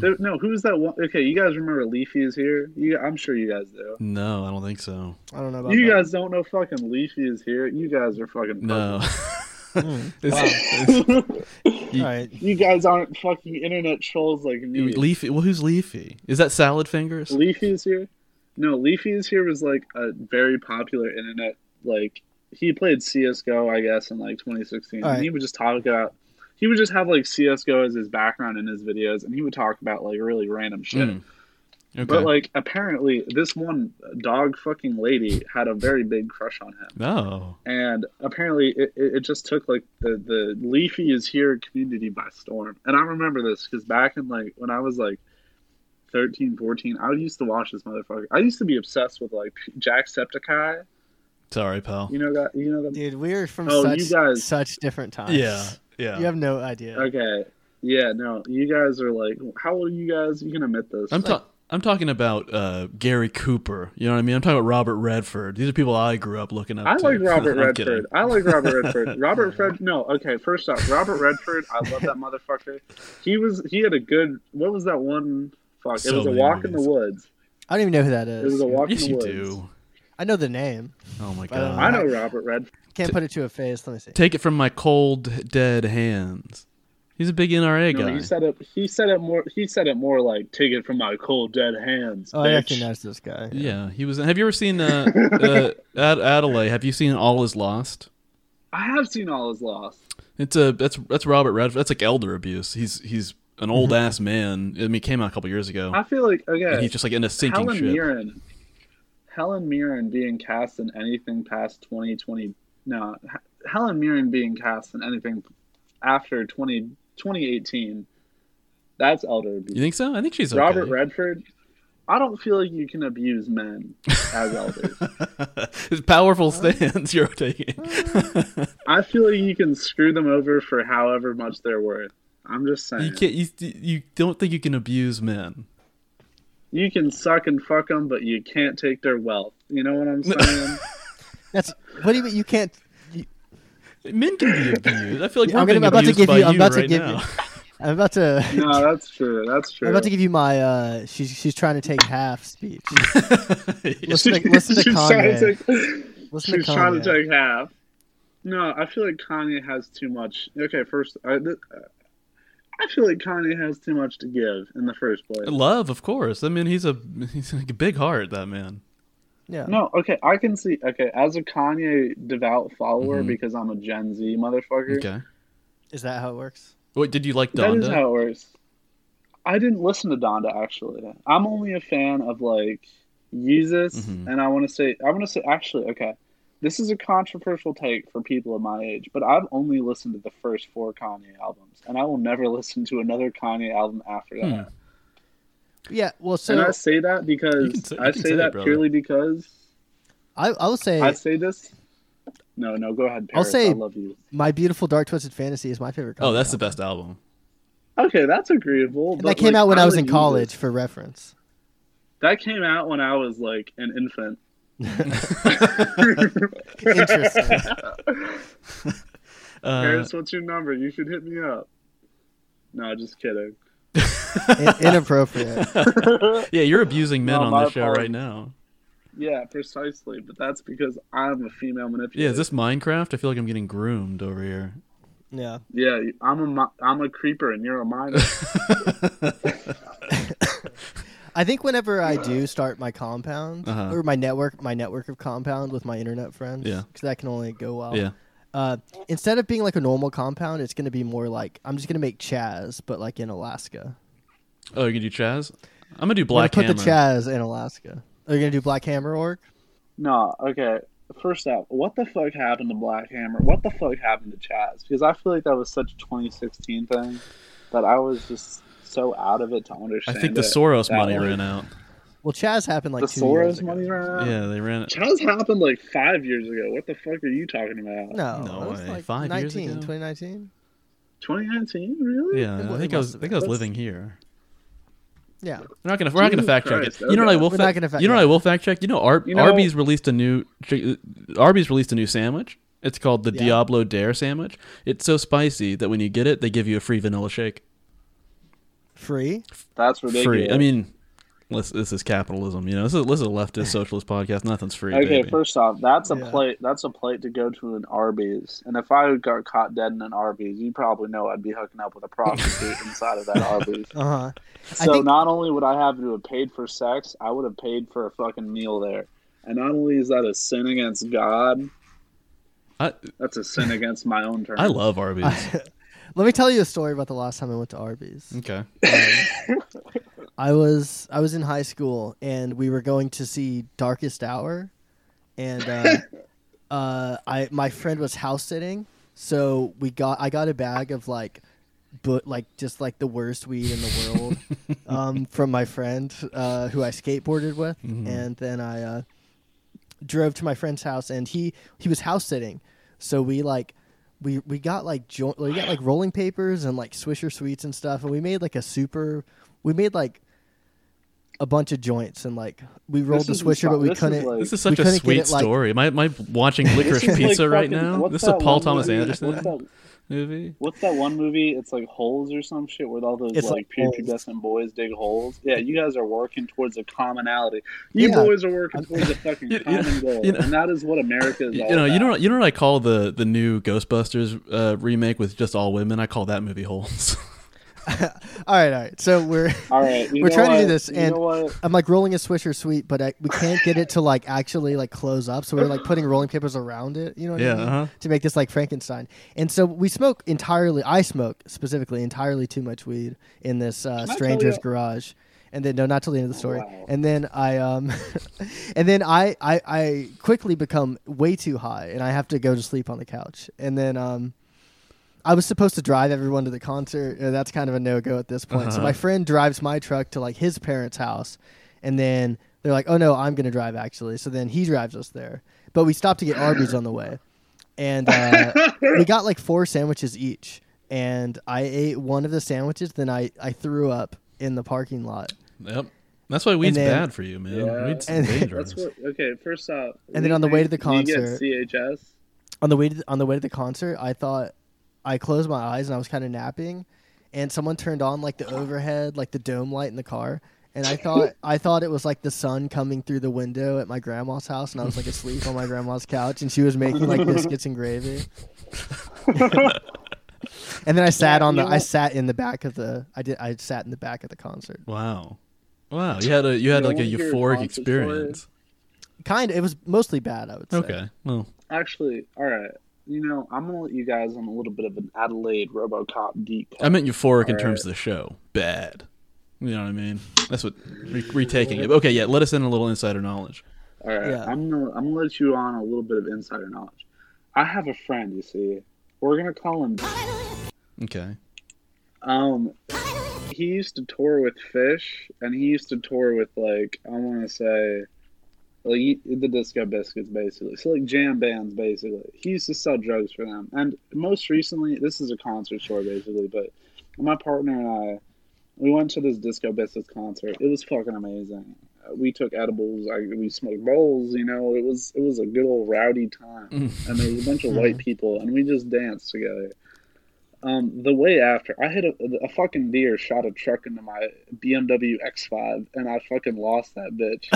Speaker 9: there, no, who's that one? Okay, you guys remember Leafy's here? You, I'm sure you guys do.
Speaker 8: no, I don't think
Speaker 9: oh.
Speaker 8: so.
Speaker 7: I don't know about
Speaker 9: You
Speaker 7: that.
Speaker 9: guys don't know fucking Leafy is here. You guys are fucking
Speaker 8: No.
Speaker 9: Hmm. puzzled.
Speaker 7: All right.
Speaker 9: you guys aren't fucking internet trolls like me.
Speaker 8: Leafy. Well, who's Leafy? Is that Salad Fingers?
Speaker 9: Leafy's here. No, Leafy's here was like a very popular internet like he played CS:GO I guess in like 2016
Speaker 7: Alright.
Speaker 9: and he would just talk about he would just have like CS:GO as his background in his videos and he would talk about like really random shit.
Speaker 8: Mm, Okay.
Speaker 9: But like apparently this one dog fucking lady had a very big crush on him
Speaker 8: no.
Speaker 9: and apparently it, it it just took like the the leafy is here community by storm and i remember this because back in like when i was like 13 14 i used to watch this motherfucker i used to be obsessed with like jack septicai
Speaker 8: Sorry, pal.
Speaker 9: you know that you know that
Speaker 7: Dude, we're from
Speaker 9: Oh,
Speaker 7: such
Speaker 9: you guys-
Speaker 7: such different times.
Speaker 8: Yeah. Yeah.
Speaker 7: You have no idea.
Speaker 9: okay yeah no you guys are like how old are you guys you can admit this
Speaker 8: I'm ta- I'm talking about uh, Gary Cooper. You know what I mean? I'm talking about Robert Redford. These are people I grew up looking up
Speaker 9: I
Speaker 8: to.
Speaker 9: like Robert
Speaker 8: I'm kidding.
Speaker 9: Redford. I like Robert Redford. Robert Fred. No, okay. First off, Robert Redford. I love that motherfucker. He was. He had a good. What was that one? Fuck.
Speaker 8: So
Speaker 9: it was a
Speaker 8: many
Speaker 9: walk in
Speaker 8: movies.
Speaker 9: the woods.
Speaker 7: I don't even know who that
Speaker 9: It was
Speaker 7: is.
Speaker 9: a walk
Speaker 8: Yes,
Speaker 9: in the
Speaker 8: you
Speaker 9: woods.
Speaker 8: do.
Speaker 7: I know the name.
Speaker 8: Oh my
Speaker 7: But uh, I don't
Speaker 8: god.
Speaker 9: I know Robert Redford.
Speaker 7: Can't put it to a face. Let me see.
Speaker 8: Take it from my cold dead hands. He's a big NRA
Speaker 9: No,
Speaker 8: guy.
Speaker 9: he said it. He said it more. He said it more like take it from my cold dead hands.
Speaker 7: oh, I
Speaker 9: bitch."
Speaker 7: recognize this guy.
Speaker 8: yeah, he was. Have you ever seen uh, uh, Ad- Adelaide? Have you seen All Is Lost?
Speaker 9: I have seen all his lost.
Speaker 8: It's a that's that's Robert Redford. That's like elder abuse. He's he's an old ass man. I mean, he came out a couple years ago.
Speaker 9: Mm-hmm. I feel like
Speaker 8: and
Speaker 9: okay.
Speaker 8: he's just like in a sinking
Speaker 9: Helen
Speaker 8: ship.
Speaker 9: Mirren. Helen Mirren being cast in anything past 2020. No, H- Helen Mirren being cast in anything after 20, 2018. That's elder abuse.
Speaker 8: You think so? I think she's okay.
Speaker 9: Robert Redford. I don't feel like you can abuse men as elders.
Speaker 8: His powerful stance you're taking.
Speaker 9: I feel like you can screw them over for however much they're worth. I'm just saying.
Speaker 8: you can't. You, you don't think you can abuse men.
Speaker 9: you can suck and fuck them, but you can't take their wealth. You know what I'm saying?
Speaker 7: That's what do you mean? You can't. You,
Speaker 8: Men can be abused. I feel like
Speaker 7: Yeah,
Speaker 8: we're
Speaker 7: I'm
Speaker 8: being
Speaker 7: gonna- I'm about to
Speaker 8: abused
Speaker 7: give
Speaker 8: by
Speaker 7: you- I'm about to
Speaker 8: right
Speaker 7: give
Speaker 8: now.
Speaker 7: I'm about to.
Speaker 9: no, that's true. That's true.
Speaker 7: I'm about to give you my. Uh, she's she's trying to take half speech. listen to, listen to
Speaker 9: She's trying
Speaker 7: Kanye.
Speaker 9: to take-
Speaker 7: Listen
Speaker 9: she's
Speaker 7: to
Speaker 9: trying
Speaker 7: Kanye.
Speaker 9: to take half. No, I feel like Kanye has too much. Okay, first, I, th- I feel like Kanye has too much to give in the first place.
Speaker 8: Love, of course. I mean, he's a he's like a big heart. That man.
Speaker 7: yeah.
Speaker 9: No, okay, I can see. Okay, as a Kanye devout follower, because I'm a Gen Z motherfucker,
Speaker 8: Mm-hmm. Okay.
Speaker 7: Is that how it works?
Speaker 8: Wait, did you like
Speaker 9: That is
Speaker 8: Donda?
Speaker 9: how it works. I didn't listen to Donda actually. I'm only a fan of like Yeezus,
Speaker 8: Mm-hmm.
Speaker 9: and I want to say I want to say actually okay. This is a controversial take for people of my age, but I've only listened to the first four Kanye albums, and I will never listen to another Kanye album after that.
Speaker 7: Yeah. Well,
Speaker 9: and I
Speaker 7: so
Speaker 9: say that
Speaker 8: can
Speaker 9: because
Speaker 8: say- Hmm. you
Speaker 9: I
Speaker 8: can
Speaker 9: say,
Speaker 8: say it,
Speaker 9: that
Speaker 8: brother.
Speaker 9: purely because
Speaker 7: I I will say
Speaker 9: I say this. No, no, go ahead.
Speaker 7: I'll
Speaker 9: Paris.
Speaker 7: say-
Speaker 9: I love you.
Speaker 7: my beautiful dark twisted fantasy is my favorite.
Speaker 8: Oh,
Speaker 7: Kanye
Speaker 8: that's the
Speaker 7: album.
Speaker 8: best album.
Speaker 9: Okay, that's agreeable.
Speaker 7: And
Speaker 9: but,
Speaker 7: that came
Speaker 9: like,
Speaker 7: out when I was
Speaker 9: like
Speaker 7: in
Speaker 9: Yeezus.
Speaker 7: college, for reference.
Speaker 9: That came out when I was like an infant.
Speaker 7: Interesting.
Speaker 8: Uh,
Speaker 9: Paris, what's your number? You should hit me up. No, just kidding.
Speaker 7: In- inappropriate.
Speaker 8: yeah, you're abusing men
Speaker 9: No,
Speaker 8: on
Speaker 9: my
Speaker 8: this show
Speaker 9: apologies.
Speaker 8: right now.
Speaker 9: Yeah, precisely. But that's because I'm a female manipulator.
Speaker 8: Yeah, is this Minecraft? I feel like I'm getting groomed over here.
Speaker 7: Yeah.
Speaker 9: Yeah, I'm a mi- I'm a creeper and you're a miner.
Speaker 7: I think whenever I do start my compound
Speaker 8: Uh-huh.
Speaker 7: or my network, my network of compound with my internet friends,
Speaker 8: Yeah.
Speaker 7: because that can only go
Speaker 9: Oh.
Speaker 7: well.
Speaker 8: Yeah.
Speaker 7: Uh, instead of being like a normal compound, it's going to be more like I'm just going to make Chaz, but like in Alaska.
Speaker 8: Oh, you can do Chaz. I'm gonna do
Speaker 7: I'm gonna
Speaker 8: Black
Speaker 7: put
Speaker 8: Hammer.
Speaker 7: the Chaz in Alaska. Are you going to do Black Hammer orc?
Speaker 9: no, okay. First off, what the fuck happened to Black Hammer? What the fuck happened to Chaz? Because I feel like that was such a 2016 thing that I was just so out of it to
Speaker 8: I
Speaker 9: understand.
Speaker 8: think the
Speaker 9: it.
Speaker 8: Soros
Speaker 9: That
Speaker 8: money
Speaker 9: one.
Speaker 8: ran out.
Speaker 7: Well, Chaz happened like
Speaker 9: The
Speaker 7: two years
Speaker 9: Soros
Speaker 7: ago.
Speaker 9: money ran out.
Speaker 8: Yeah, they ran it.
Speaker 9: Chaz happened like five years ago. What the fuck are you talking about?
Speaker 7: No,
Speaker 8: No
Speaker 7: it was
Speaker 8: way.
Speaker 7: like
Speaker 8: Five
Speaker 7: 19,
Speaker 8: years ago?
Speaker 7: 2019.
Speaker 9: 2019, really?
Speaker 8: Yeah,
Speaker 7: Well,
Speaker 8: I
Speaker 7: it
Speaker 8: think I
Speaker 7: must
Speaker 8: was. I
Speaker 7: have
Speaker 8: think I
Speaker 7: been.
Speaker 8: was living here.
Speaker 7: Yeah,
Speaker 8: We're not gonna. We're not gonna
Speaker 9: Jesus
Speaker 8: fact check
Speaker 9: Christ,
Speaker 8: it. You know what I
Speaker 9: okay.
Speaker 8: will.
Speaker 7: We're
Speaker 8: fact-
Speaker 7: not gonna fact
Speaker 8: You know what I
Speaker 7: check.
Speaker 8: will fact check. You know, Ar-
Speaker 9: You know-
Speaker 8: Arby's released a new. Arby's released a new sandwich. It's called the
Speaker 7: Yeah.
Speaker 8: Diablo Dare sandwich. It's so spicy that when you get it, they give you a free vanilla shake.
Speaker 7: free.
Speaker 9: That's ridiculous.
Speaker 8: Free. I mean, this, this is capitalism. You know, this is this is a leftist socialist podcast. Nothing's free.
Speaker 9: Okay,
Speaker 8: baby.
Speaker 9: first off, that's a
Speaker 7: Yeah.
Speaker 9: plate. That's a plate to go to an Arby's. And if I got caught dead in an Arby's, you probably know I'd be hooking up with a prostitute inside of that Arby's.
Speaker 7: Uh huh.
Speaker 9: So
Speaker 7: think-
Speaker 9: not only would I have to have paid for sex, I would have paid for a fucking meal there. And not only is that a sin against God,
Speaker 8: I
Speaker 9: that's a sin against my own terms.
Speaker 8: I love Arby's.
Speaker 7: Let me tell you a story about the last time I went to Arby's.
Speaker 8: okay.
Speaker 7: I was I was in high school and we were going to see Darkest Hour, and uh, uh, I my friend was house sitting, so we got I got a bag of like, but like just like the worst weed in the world, um, from my friend uh, who I skateboarded with,
Speaker 9: Mm-hmm.
Speaker 7: and then I uh, drove to my friend's house and he he was house sitting, so we like. We, we got like jo- we got like rolling papers and like Swisher sweets and stuff, and we made like a super. We made like a bunch of joints and like we rolled
Speaker 9: This
Speaker 7: the
Speaker 9: is
Speaker 7: Swisher,
Speaker 9: inside-
Speaker 7: but we
Speaker 9: this is
Speaker 7: couldn't.
Speaker 9: like-
Speaker 8: This is
Speaker 7: we
Speaker 8: such a
Speaker 7: couldn't get
Speaker 8: sweet
Speaker 7: it, like-
Speaker 8: story. Am I, am I watching Licorice
Speaker 9: This is like
Speaker 8: Pizza right
Speaker 9: fucking-
Speaker 8: now?
Speaker 9: what's
Speaker 8: This is a
Speaker 9: that
Speaker 8: Paul
Speaker 9: one
Speaker 8: Thomas
Speaker 9: movie-
Speaker 8: Anderson.
Speaker 9: what's that-
Speaker 8: movie?
Speaker 9: What's that one movie? It's like holes or some shit with all those
Speaker 7: It's
Speaker 9: like
Speaker 7: like
Speaker 9: prepubescent boys dig holes. Yeah, you guys are working towards a commonality. You
Speaker 7: Yeah.
Speaker 9: boys are working towards a fucking
Speaker 8: You- you
Speaker 9: common
Speaker 8: know-
Speaker 9: goal,
Speaker 8: you know-
Speaker 9: and that is what America is.
Speaker 8: You
Speaker 9: all
Speaker 8: know, you
Speaker 9: about.
Speaker 8: know, what, you know what I call the the new Ghostbusters uh, remake with just all women. I call that movie Holes.
Speaker 7: All right, all right. So we're
Speaker 9: All right, Uh, you
Speaker 7: we're
Speaker 9: know
Speaker 7: trying to do
Speaker 9: what?
Speaker 7: this,
Speaker 9: You
Speaker 7: and
Speaker 9: know what?
Speaker 7: I'm like rolling a swisher sweet, but I, we can't get it to like actually like close up. So we're like putting rolling papers around it, you know, what I
Speaker 8: Yeah,
Speaker 7: mean?
Speaker 8: uh-huh.
Speaker 7: to make this like Frankenstein. And so we smoke entirely. I smoke specifically entirely too much weed in this uh,
Speaker 9: tell
Speaker 7: stranger's
Speaker 9: you-
Speaker 7: garage. And then no, not till the end of the story.
Speaker 9: Wow.
Speaker 7: And then I um, and then I, I I quickly become way too high, and I have to go to sleep on the couch. And then um, I was supposed to drive everyone to the concert. Uh, that's kind of a no go at this point. So my friend drives my truck to like his parents' house, and then they're like, "Oh no, I'm gonna drive actually." So then he drives us there, but we stopped to get Arby's on the way, and uh, we got like four sandwiches each. And I ate one of the sandwiches, then I I threw up in the parking lot.
Speaker 8: yep, that's why weed's
Speaker 7: And then-
Speaker 8: bad for you, man.
Speaker 9: Yeah.
Speaker 8: Weed's
Speaker 7: And-
Speaker 8: dangerous.
Speaker 9: That's what. Okay, first off,
Speaker 7: And then on the way to the
Speaker 9: do you get
Speaker 7: concert-
Speaker 9: CHS.
Speaker 7: on the way to the, on the way to the concert, I thought I closed my eyes and I was kind of napping, and someone turned on like the overhead, like the dome light in the car, and I thought I thought it was like the sun coming through the window at my grandma's house, and I was like asleep on my grandma's couch, and she was making like biscuits and gravy. and then I sat on the I sat in the back of the I did I sat in the back of the concert.
Speaker 8: Wow, wow, you had a you had
Speaker 9: Yeah,
Speaker 8: like a
Speaker 9: we'll hear
Speaker 8: euphoric
Speaker 9: concerts for
Speaker 8: experience.
Speaker 7: Kind of, it was mostly bad. I would say.
Speaker 8: Okay, well,
Speaker 9: Actually, all right. You know, I'm gonna let you guys on a little bit of an Adelaide RoboCop deep. cut.
Speaker 8: I meant euphoric in
Speaker 9: All
Speaker 8: terms of the show. Bad. You know what I mean? That's what re- retaking it. Okay, yeah. Let us in a little insider knowledge.
Speaker 9: All right,
Speaker 7: Yeah.
Speaker 9: I'm gonna I'm gonna let you on a little bit of insider knowledge. I have a friend, you see. We're gonna call him.
Speaker 8: Okay.
Speaker 9: Um, he used to tour with Fish, and he used to tour with like I want to say, like he- the Disco Biscuits, basically. So like jam bands, basically. He used to sell drugs for them, and most recently, this is a concert tour, basically. But my partner and I, we went to this Disco Biscuits concert. It was fucking amazing. Uh, We took edibles. I, we smoked bowls. You know, it was it was a good old rowdy time. and there was a bunch
Speaker 7: Mm.
Speaker 9: of white people, and we just danced together. Um, the way after, I hit a, a fucking deer shot a truck into my BMW X5, and I fucking lost that bitch.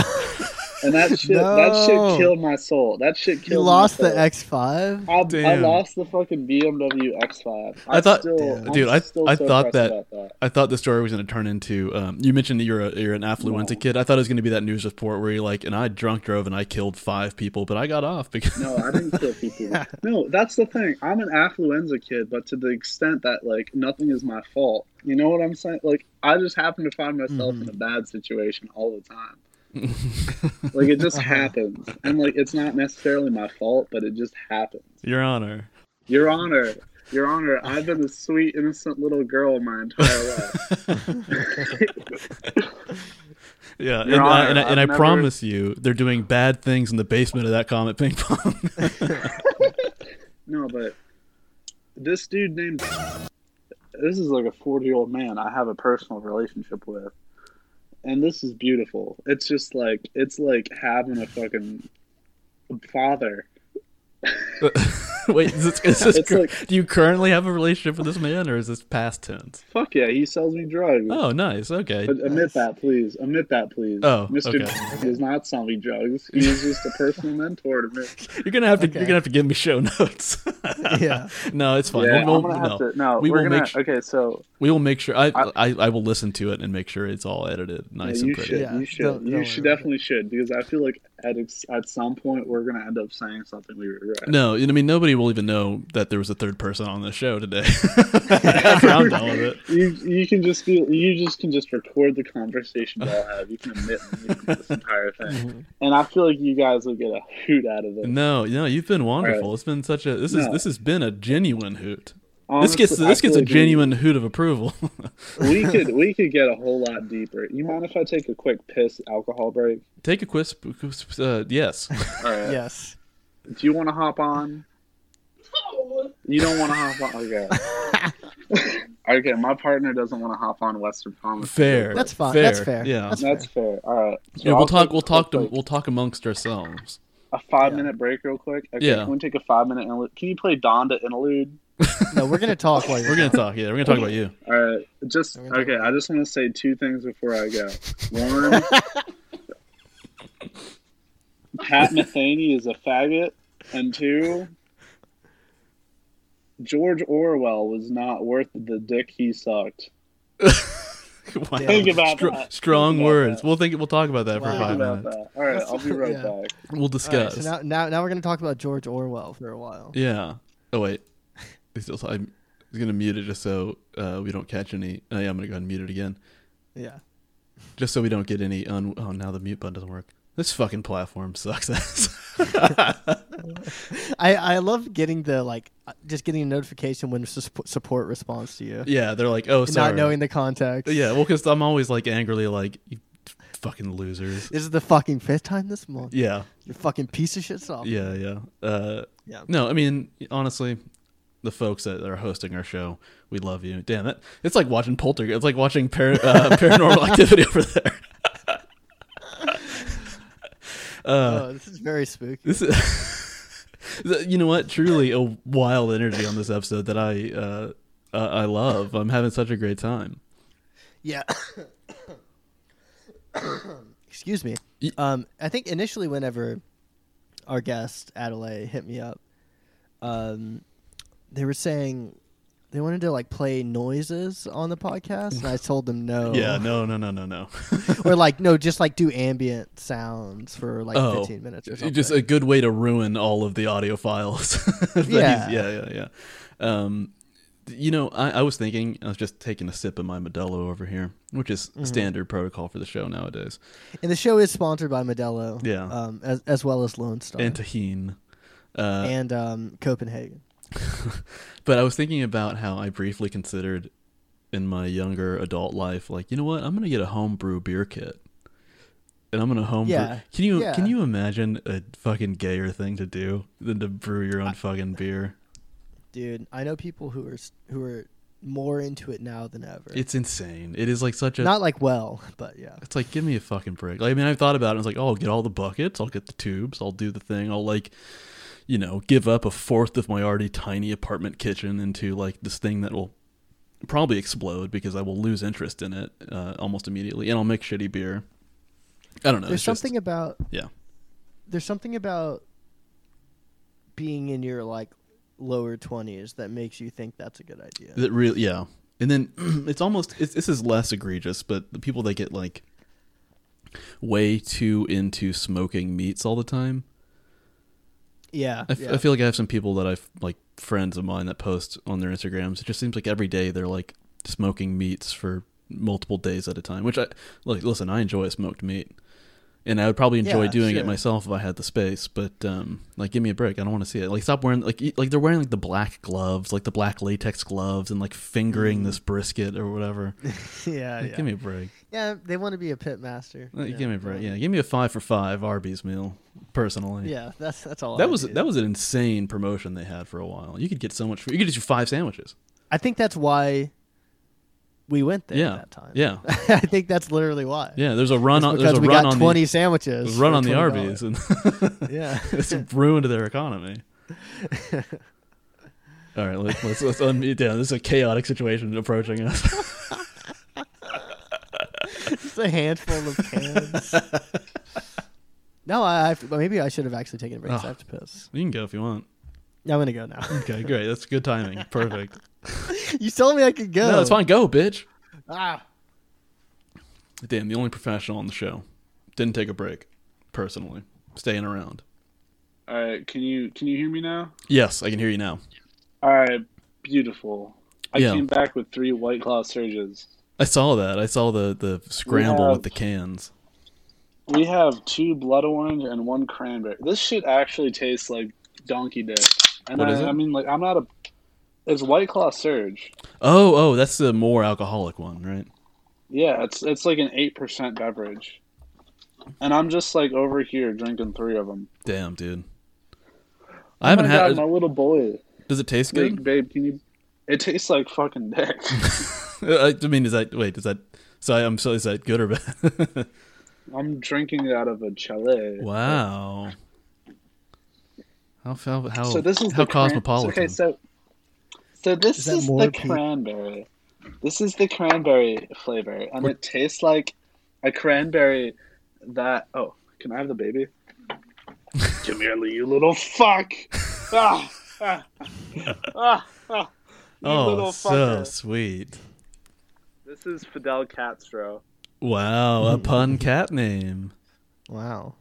Speaker 9: and that shit, that
Speaker 7: No.
Speaker 9: shit killed my soul. That shit
Speaker 7: You
Speaker 9: killed.
Speaker 7: lost
Speaker 9: my
Speaker 7: the
Speaker 9: soul.
Speaker 7: X five.
Speaker 9: I, I
Speaker 8: Damn.
Speaker 9: lost the fucking BMW X5. I,
Speaker 8: I thought-
Speaker 9: still,
Speaker 8: Damn.
Speaker 9: I'm
Speaker 8: dude, I-
Speaker 9: still
Speaker 8: I
Speaker 9: so
Speaker 8: thought
Speaker 9: pressed
Speaker 8: that-
Speaker 9: about that.
Speaker 8: I thought the story was going to turn into. Um, you mentioned that you're a, you're an affluenza kid. I thought it was going to be that news report where you're like, and I drunk drove and I killed five people, but I got off because.
Speaker 9: No, I didn't kill people. no, that's the thing. I'm an affluenza kid, but to the extent that like nothing is my fault. You know what I'm saying? Like I just happen to find myself
Speaker 8: Mm-hmm.
Speaker 9: in a bad situation all the time. like it just happens, and like it's not necessarily my fault, but it just happens.
Speaker 8: Your Honor.
Speaker 9: Your Honor, Your Honor, I've been a sweet, innocent little girl my entire life.
Speaker 8: Yeah, and,
Speaker 9: Your
Speaker 8: I,
Speaker 9: Honor,
Speaker 8: and, I, and I
Speaker 9: I've never-
Speaker 8: promise you, they're doing bad things in the basement of that Comet Ping Pong.
Speaker 9: No, but this dude named this is like a forty year old man I have a personal relationship with. And this is beautiful. It's just like it's like having a fucking father.
Speaker 8: Wait, is this, is this
Speaker 9: It's
Speaker 8: cur-
Speaker 9: like-
Speaker 8: do you currently have a relationship with this man, or is this past tense?
Speaker 9: Fuck yeah, he sells me drugs.
Speaker 8: Oh, nice. Okay.
Speaker 9: Ad- Admit that, please. Admit that, please.
Speaker 8: Oh,
Speaker 9: Mr.
Speaker 8: okay.
Speaker 9: does not sell me drugs. He's just a personal mentor to me.
Speaker 8: You're gonna have to. You're
Speaker 7: Okay.
Speaker 8: gonna have to give me show notes.
Speaker 7: Yeah.
Speaker 8: No, it's fine.
Speaker 9: Yeah,
Speaker 8: We'll- we'll-
Speaker 9: I'm gonna have
Speaker 8: no.
Speaker 9: to. No,
Speaker 8: we
Speaker 9: we're
Speaker 8: will
Speaker 9: gonna.
Speaker 8: make. Sure,
Speaker 9: okay, so
Speaker 8: we will make sure. I,
Speaker 9: I-
Speaker 8: I I will listen to it and make sure it's all edited nice
Speaker 9: Yeah, you
Speaker 8: and pretty.
Speaker 9: should.
Speaker 7: Yeah,
Speaker 9: you should.
Speaker 7: don't-
Speaker 9: you
Speaker 7: don't
Speaker 9: should
Speaker 7: worry about
Speaker 9: definitely should because I feel like at ex- at some point we're gonna end up saying something we regret.
Speaker 8: No, I mean nobody will even know that there was a third person on the show today. After I'm done with it.
Speaker 9: You you can just be you just can just record the conversation we all have. You can admit me to this entire
Speaker 8: Mm-hmm.
Speaker 9: thing, and I feel like you guys will get a hoot out of it.
Speaker 8: No, no, you've been wonderful. It's been such a this is
Speaker 9: No.
Speaker 8: this has been a genuine hoot.
Speaker 9: Honestly,
Speaker 8: this gets
Speaker 9: I
Speaker 8: this gets
Speaker 9: feel
Speaker 8: a
Speaker 9: like we-
Speaker 8: genuine hoot of approval.
Speaker 9: We could we could get a whole lot deeper. You mind if I take a quick piss alcohol break?
Speaker 8: Take a quiz. Uh, yes.
Speaker 9: All right.
Speaker 7: Yes.
Speaker 9: Do you want to hop on? You don't want to hop on. Okay. okay, my partner doesn't want to hop on Western Promise.
Speaker 8: Fair.
Speaker 7: That's fine.
Speaker 8: Fair.
Speaker 7: That's fair.
Speaker 8: Yeah.
Speaker 7: That's
Speaker 9: That's fair. All right. So
Speaker 8: Yeah,
Speaker 9: I'll
Speaker 8: we'll talk.
Speaker 9: take
Speaker 8: We'll talk. To,
Speaker 9: like
Speaker 8: we'll talk amongst ourselves.
Speaker 9: a five minute break real quick. Okay,
Speaker 8: Yeah.
Speaker 9: Can we take a five minute interlude? Can you play Donda interlude?
Speaker 7: No, we're gonna talk while
Speaker 8: We're
Speaker 7: you're
Speaker 8: gonna talk. Yeah, we're gonna talk about you.
Speaker 9: All right, just okay. I just want to say two things before I go. One, Pat Metheny is a faggot, and two, George Orwell was not worth the dick he sucked.
Speaker 8: Wow.
Speaker 9: Think about
Speaker 8: Str-
Speaker 9: that.
Speaker 8: Strong
Speaker 9: Think about
Speaker 8: words.
Speaker 9: that.
Speaker 8: We'll think. We'll talk about that for
Speaker 7: Wow.
Speaker 9: Think
Speaker 8: five
Speaker 9: about
Speaker 8: minutes.
Speaker 9: that. All right, I'll be right
Speaker 7: Yeah.
Speaker 9: back.
Speaker 7: All
Speaker 8: We'll
Speaker 7: right,
Speaker 8: discuss.
Speaker 7: so now, now, now we're gonna talk about George Orwell for a while.
Speaker 8: Yeah. Oh wait. He's still. I'm he's gonna mute it just so uh, we don't catch any. Oh, yeah, I'm gonna go ahead and mute it again,
Speaker 7: Yeah.
Speaker 8: just so we don't get any. Un- oh, now the mute button doesn't work. This fucking platform sucks ass.
Speaker 7: I, I love getting the like uh, just getting a notification when sus- support responds to you,
Speaker 8: yeah, they're like, oh,
Speaker 7: and
Speaker 8: sorry.
Speaker 7: not knowing the context.
Speaker 8: yeah, well, because I'm always like angrily like, you fucking losers.
Speaker 7: This is the fucking fifth time this month.
Speaker 8: Yeah.
Speaker 7: You fucking piece of shit software.
Speaker 8: Yeah, yeah. Uh,
Speaker 7: Yeah.
Speaker 8: No, I mean honestly, the folks that are hosting our show, we love you. Damn it! It's like watching Poltergeist. It's like watching par- uh, Paranormal Activity over there.
Speaker 7: Oh, this is very spooky.
Speaker 8: This is, you know what? Truly a wild energy on this episode that I uh, uh, I love. I'm having such a great time.
Speaker 7: Yeah. Excuse me.
Speaker 8: Ye-
Speaker 7: Um, I think initially, whenever our guest Adelaide hit me up, um, they were saying they wanted to like play noises on the podcast, and I told them no.
Speaker 8: Yeah. No. No. No. No. No.
Speaker 7: or like no, just like do ambient sounds for like
Speaker 8: oh,
Speaker 7: 15 minutes or something.
Speaker 8: just a good way to ruin all of the audio files. that he's-
Speaker 7: Yeah.
Speaker 8: yeah. Yeah. Yeah. Um, you know, I, I was thinking, I was just taking a sip of my Modelo over here, which is
Speaker 7: Mm-hmm.
Speaker 8: standard protocol for the show nowadays,
Speaker 7: and the show is sponsored by Modelo.
Speaker 8: Yeah.
Speaker 7: Um, as as well as Lone Star
Speaker 8: and Tahine. Uh,
Speaker 7: and, um Copenhagen.
Speaker 8: But I was thinking about how I briefly considered in my younger adult life, like, you know what, I'm gonna get a homebrew beer kit. And I'm gonna homebrew.
Speaker 7: Yeah.
Speaker 8: Can you
Speaker 7: Yeah.
Speaker 8: can you imagine a fucking gayer thing to do than to brew your own fucking beer?
Speaker 7: Dude, I know people who are s- who are more into it now than ever.
Speaker 8: It's insane. It is like such a.
Speaker 7: not like well, but yeah.
Speaker 8: it's like give me a fucking break. Like, I mean, I thought about it. I was like, oh, I'll get all the buckets. I'll get the tubes. I'll do the thing. I'll like, you know, give up a fourth of my already tiny apartment kitchen into like this thing that will probably explode because I will lose interest in it uh, almost immediately, and I'll make shitty beer. I don't know.
Speaker 7: There's
Speaker 8: it's just-
Speaker 7: something about
Speaker 8: yeah.
Speaker 7: there's something about being in your like lower 20s that makes you think that's a good idea.
Speaker 8: That really, yeah. And then it's almost it's, this is less egregious, but the people that get like way too into smoking meats all the time.
Speaker 7: yeah.
Speaker 8: I, f-
Speaker 7: yeah.
Speaker 8: I feel like I have some people that I've like friends of mine that post on their Instagrams. It just seems like every day they're like smoking meats for multiple days at a time. Which I like. Listen, I enjoy a smoked meat, and I would probably enjoy
Speaker 7: Yeah,
Speaker 8: doing
Speaker 7: sure.
Speaker 8: it myself if I had the space. But um, like, give me a break. I don't want to see it. Like, stop wearing like e- like they're wearing like the black gloves, like the black latex gloves, and like fingering this brisket or whatever.
Speaker 7: yeah,
Speaker 8: Like,
Speaker 7: Mm. yeah.
Speaker 8: Give me a break.
Speaker 7: yeah, they want to be a pit master.
Speaker 8: Like,
Speaker 7: yeah.
Speaker 8: Give me a break. Yeah, give me a five for five Arby's meal. Personally,
Speaker 7: Yeah, that's that's all. I
Speaker 8: That was
Speaker 7: do.
Speaker 8: that was an insane promotion they had for a while. You could get so much. You could get your five sandwiches.
Speaker 7: I think that's why we went there
Speaker 8: yeah.
Speaker 7: at that time.
Speaker 8: Yeah.
Speaker 7: I think that's literally why.
Speaker 8: Yeah. There's a run on. There's
Speaker 7: because
Speaker 8: a
Speaker 7: we
Speaker 8: run
Speaker 7: got
Speaker 8: on
Speaker 7: 20
Speaker 8: the,
Speaker 7: sandwiches.
Speaker 8: there's a run
Speaker 7: for
Speaker 8: on the
Speaker 7: $20.
Speaker 8: Arby's, and
Speaker 7: Yeah.
Speaker 8: it's ruined their economy. All right, let, let's let's unmute down. This is a chaotic situation approaching us.
Speaker 7: Just a handful of cans. no, I, I have to- well, maybe I should have actually taken a break. 'cause I
Speaker 8: Oh.
Speaker 7: have to piss.
Speaker 8: you can go if you want.
Speaker 7: Yeah, I'm gonna go now.
Speaker 8: Okay, great. That's good timing. Perfect.
Speaker 7: you told me I could go.
Speaker 8: No, that's fine. Go, bitch.
Speaker 7: Ah.
Speaker 8: Damn, the only professional on the show didn't take a break. Personally, staying around.
Speaker 9: All right, can you can you hear me now?
Speaker 8: Yes, I can hear you now.
Speaker 9: All right, beautiful. I
Speaker 8: Yeah.
Speaker 9: came back with three white claw surges.
Speaker 8: I saw that. I saw the the scramble
Speaker 9: Yeah.
Speaker 8: with the cans.
Speaker 9: We have two blood orange and one cranberry. This shit actually tastes like donkey dick. And
Speaker 8: What
Speaker 9: I,
Speaker 8: is it?
Speaker 9: I mean, like, I'm not a. It's White Claw Surge.
Speaker 8: Oh, oh, that's the more alcoholic one, right?
Speaker 9: Yeah, it's it's like an eight percent beverage. And I'm just like over here drinking three of them.
Speaker 8: Damn, dude. I haven't
Speaker 9: Oh my
Speaker 8: had.
Speaker 9: God, my little boy,
Speaker 8: does it taste
Speaker 9: like,
Speaker 8: good?
Speaker 9: babe, can you? It tastes like fucking dick.
Speaker 8: Uh, I I mean, is that wait? Is that so? I'm so. Is that good or bad?
Speaker 9: I'm drinking it out of a chalet.
Speaker 8: wow. How how how,
Speaker 9: So this is
Speaker 8: Oh, how
Speaker 9: the cran-
Speaker 8: cosmopolitan?
Speaker 9: Okay, so So this
Speaker 7: Is
Speaker 9: is,
Speaker 7: that more
Speaker 9: the
Speaker 7: pe-
Speaker 9: cranberry. This is the cranberry flavor, and it tastes like a cranberry that. Oh, can I have the baby? Come here, you little fuck! ah, ah, ah, ah, you
Speaker 8: Oh,
Speaker 9: little
Speaker 8: so
Speaker 9: fucker.
Speaker 8: sweet.
Speaker 9: This is Fidel Castro.
Speaker 8: Wow, a pun cat name.
Speaker 7: Wow.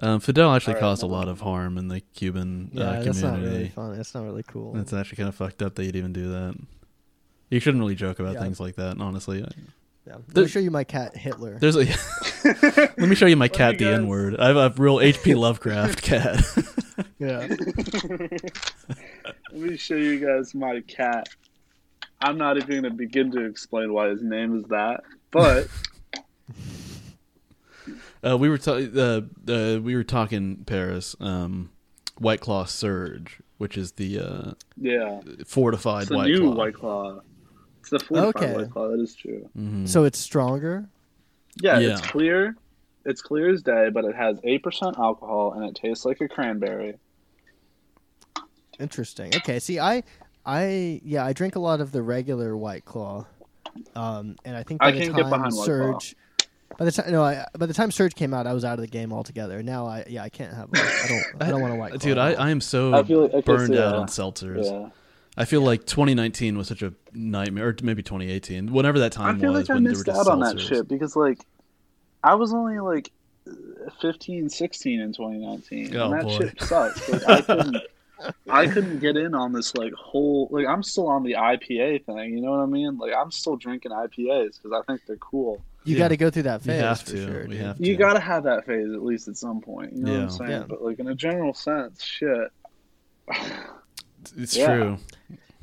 Speaker 8: Um, Fidel actually
Speaker 9: Alright.
Speaker 8: caused a lot of harm in the Cuban
Speaker 7: Yeah,
Speaker 8: uh,
Speaker 7: that's not
Speaker 8: community.
Speaker 7: really fun. That's not really cool.
Speaker 8: It's actually kind of fucked up that you'd even do that. You shouldn't really joke about
Speaker 7: Yeah.
Speaker 8: things like that, honestly.
Speaker 7: yeah. Let me
Speaker 8: there-
Speaker 7: show you my cat Hitler.
Speaker 8: There's a. Let me show you my cat, the
Speaker 9: guys-
Speaker 8: N word. I have a real H.P. Lovecraft cat.
Speaker 7: Yeah.
Speaker 9: Let me show you guys my cat. I'm not even going to begin to explain why his name is that, but
Speaker 8: Uh, we were ta- uh, uh, we were talking Paris, um, White Claw Surge, which is the uh,
Speaker 9: yeah,
Speaker 8: fortified
Speaker 9: it's the
Speaker 8: White
Speaker 9: new
Speaker 8: Claw.
Speaker 9: White Claw. It's the fortified
Speaker 7: Okay.
Speaker 9: White Claw. That is true.
Speaker 8: Hmm.
Speaker 7: so it's stronger.
Speaker 9: Yeah, it's
Speaker 8: Yeah.
Speaker 9: clear. It's clear as day, but it has eight percent alcohol and it tastes like a cranberry.
Speaker 7: Interesting. Okay. See, I, I, yeah, I drink a lot of the regular White Claw, um, and I think by
Speaker 9: I
Speaker 7: the
Speaker 9: can't get
Speaker 7: time
Speaker 9: behind White Claw.
Speaker 7: Surge, by the time no, I, by the time Surge came out, I was out of the game altogether. Now I, yeah, I can't have. a- I don't. I don't want a White Claw.
Speaker 8: Dude, I, I am so
Speaker 9: I feel like- I guess,
Speaker 8: burned out
Speaker 9: yeah.
Speaker 8: on seltzers.
Speaker 9: Yeah,
Speaker 8: I feel like 2019 was such a nightmare, or maybe 2018, whenever that
Speaker 9: I
Speaker 8: time
Speaker 9: feel
Speaker 8: was
Speaker 9: like I
Speaker 8: when there were
Speaker 9: missed
Speaker 8: just
Speaker 9: out
Speaker 8: seltzers.
Speaker 9: on that shit because like I was only like 15, 16 in 2019,
Speaker 8: Oh,
Speaker 9: and that
Speaker 8: boy.
Speaker 9: shit sucked. Like, I couldn't, I couldn't get in on this like whole like I'm still on the IPA thing. You know what I mean? Like I'm still drinking IPAs because I think they're cool.
Speaker 7: you
Speaker 8: Yeah.
Speaker 7: got to go through that
Speaker 8: We
Speaker 7: phase.
Speaker 8: have
Speaker 7: for
Speaker 8: to.
Speaker 7: Sure,
Speaker 8: we
Speaker 7: dude.
Speaker 8: have to.
Speaker 9: You gotta have that phase at least at some point. You know what
Speaker 8: Yeah.
Speaker 9: I'm saying?
Speaker 7: Yeah.
Speaker 9: But like in a general sense, shit.
Speaker 8: It's
Speaker 9: yeah.
Speaker 8: true.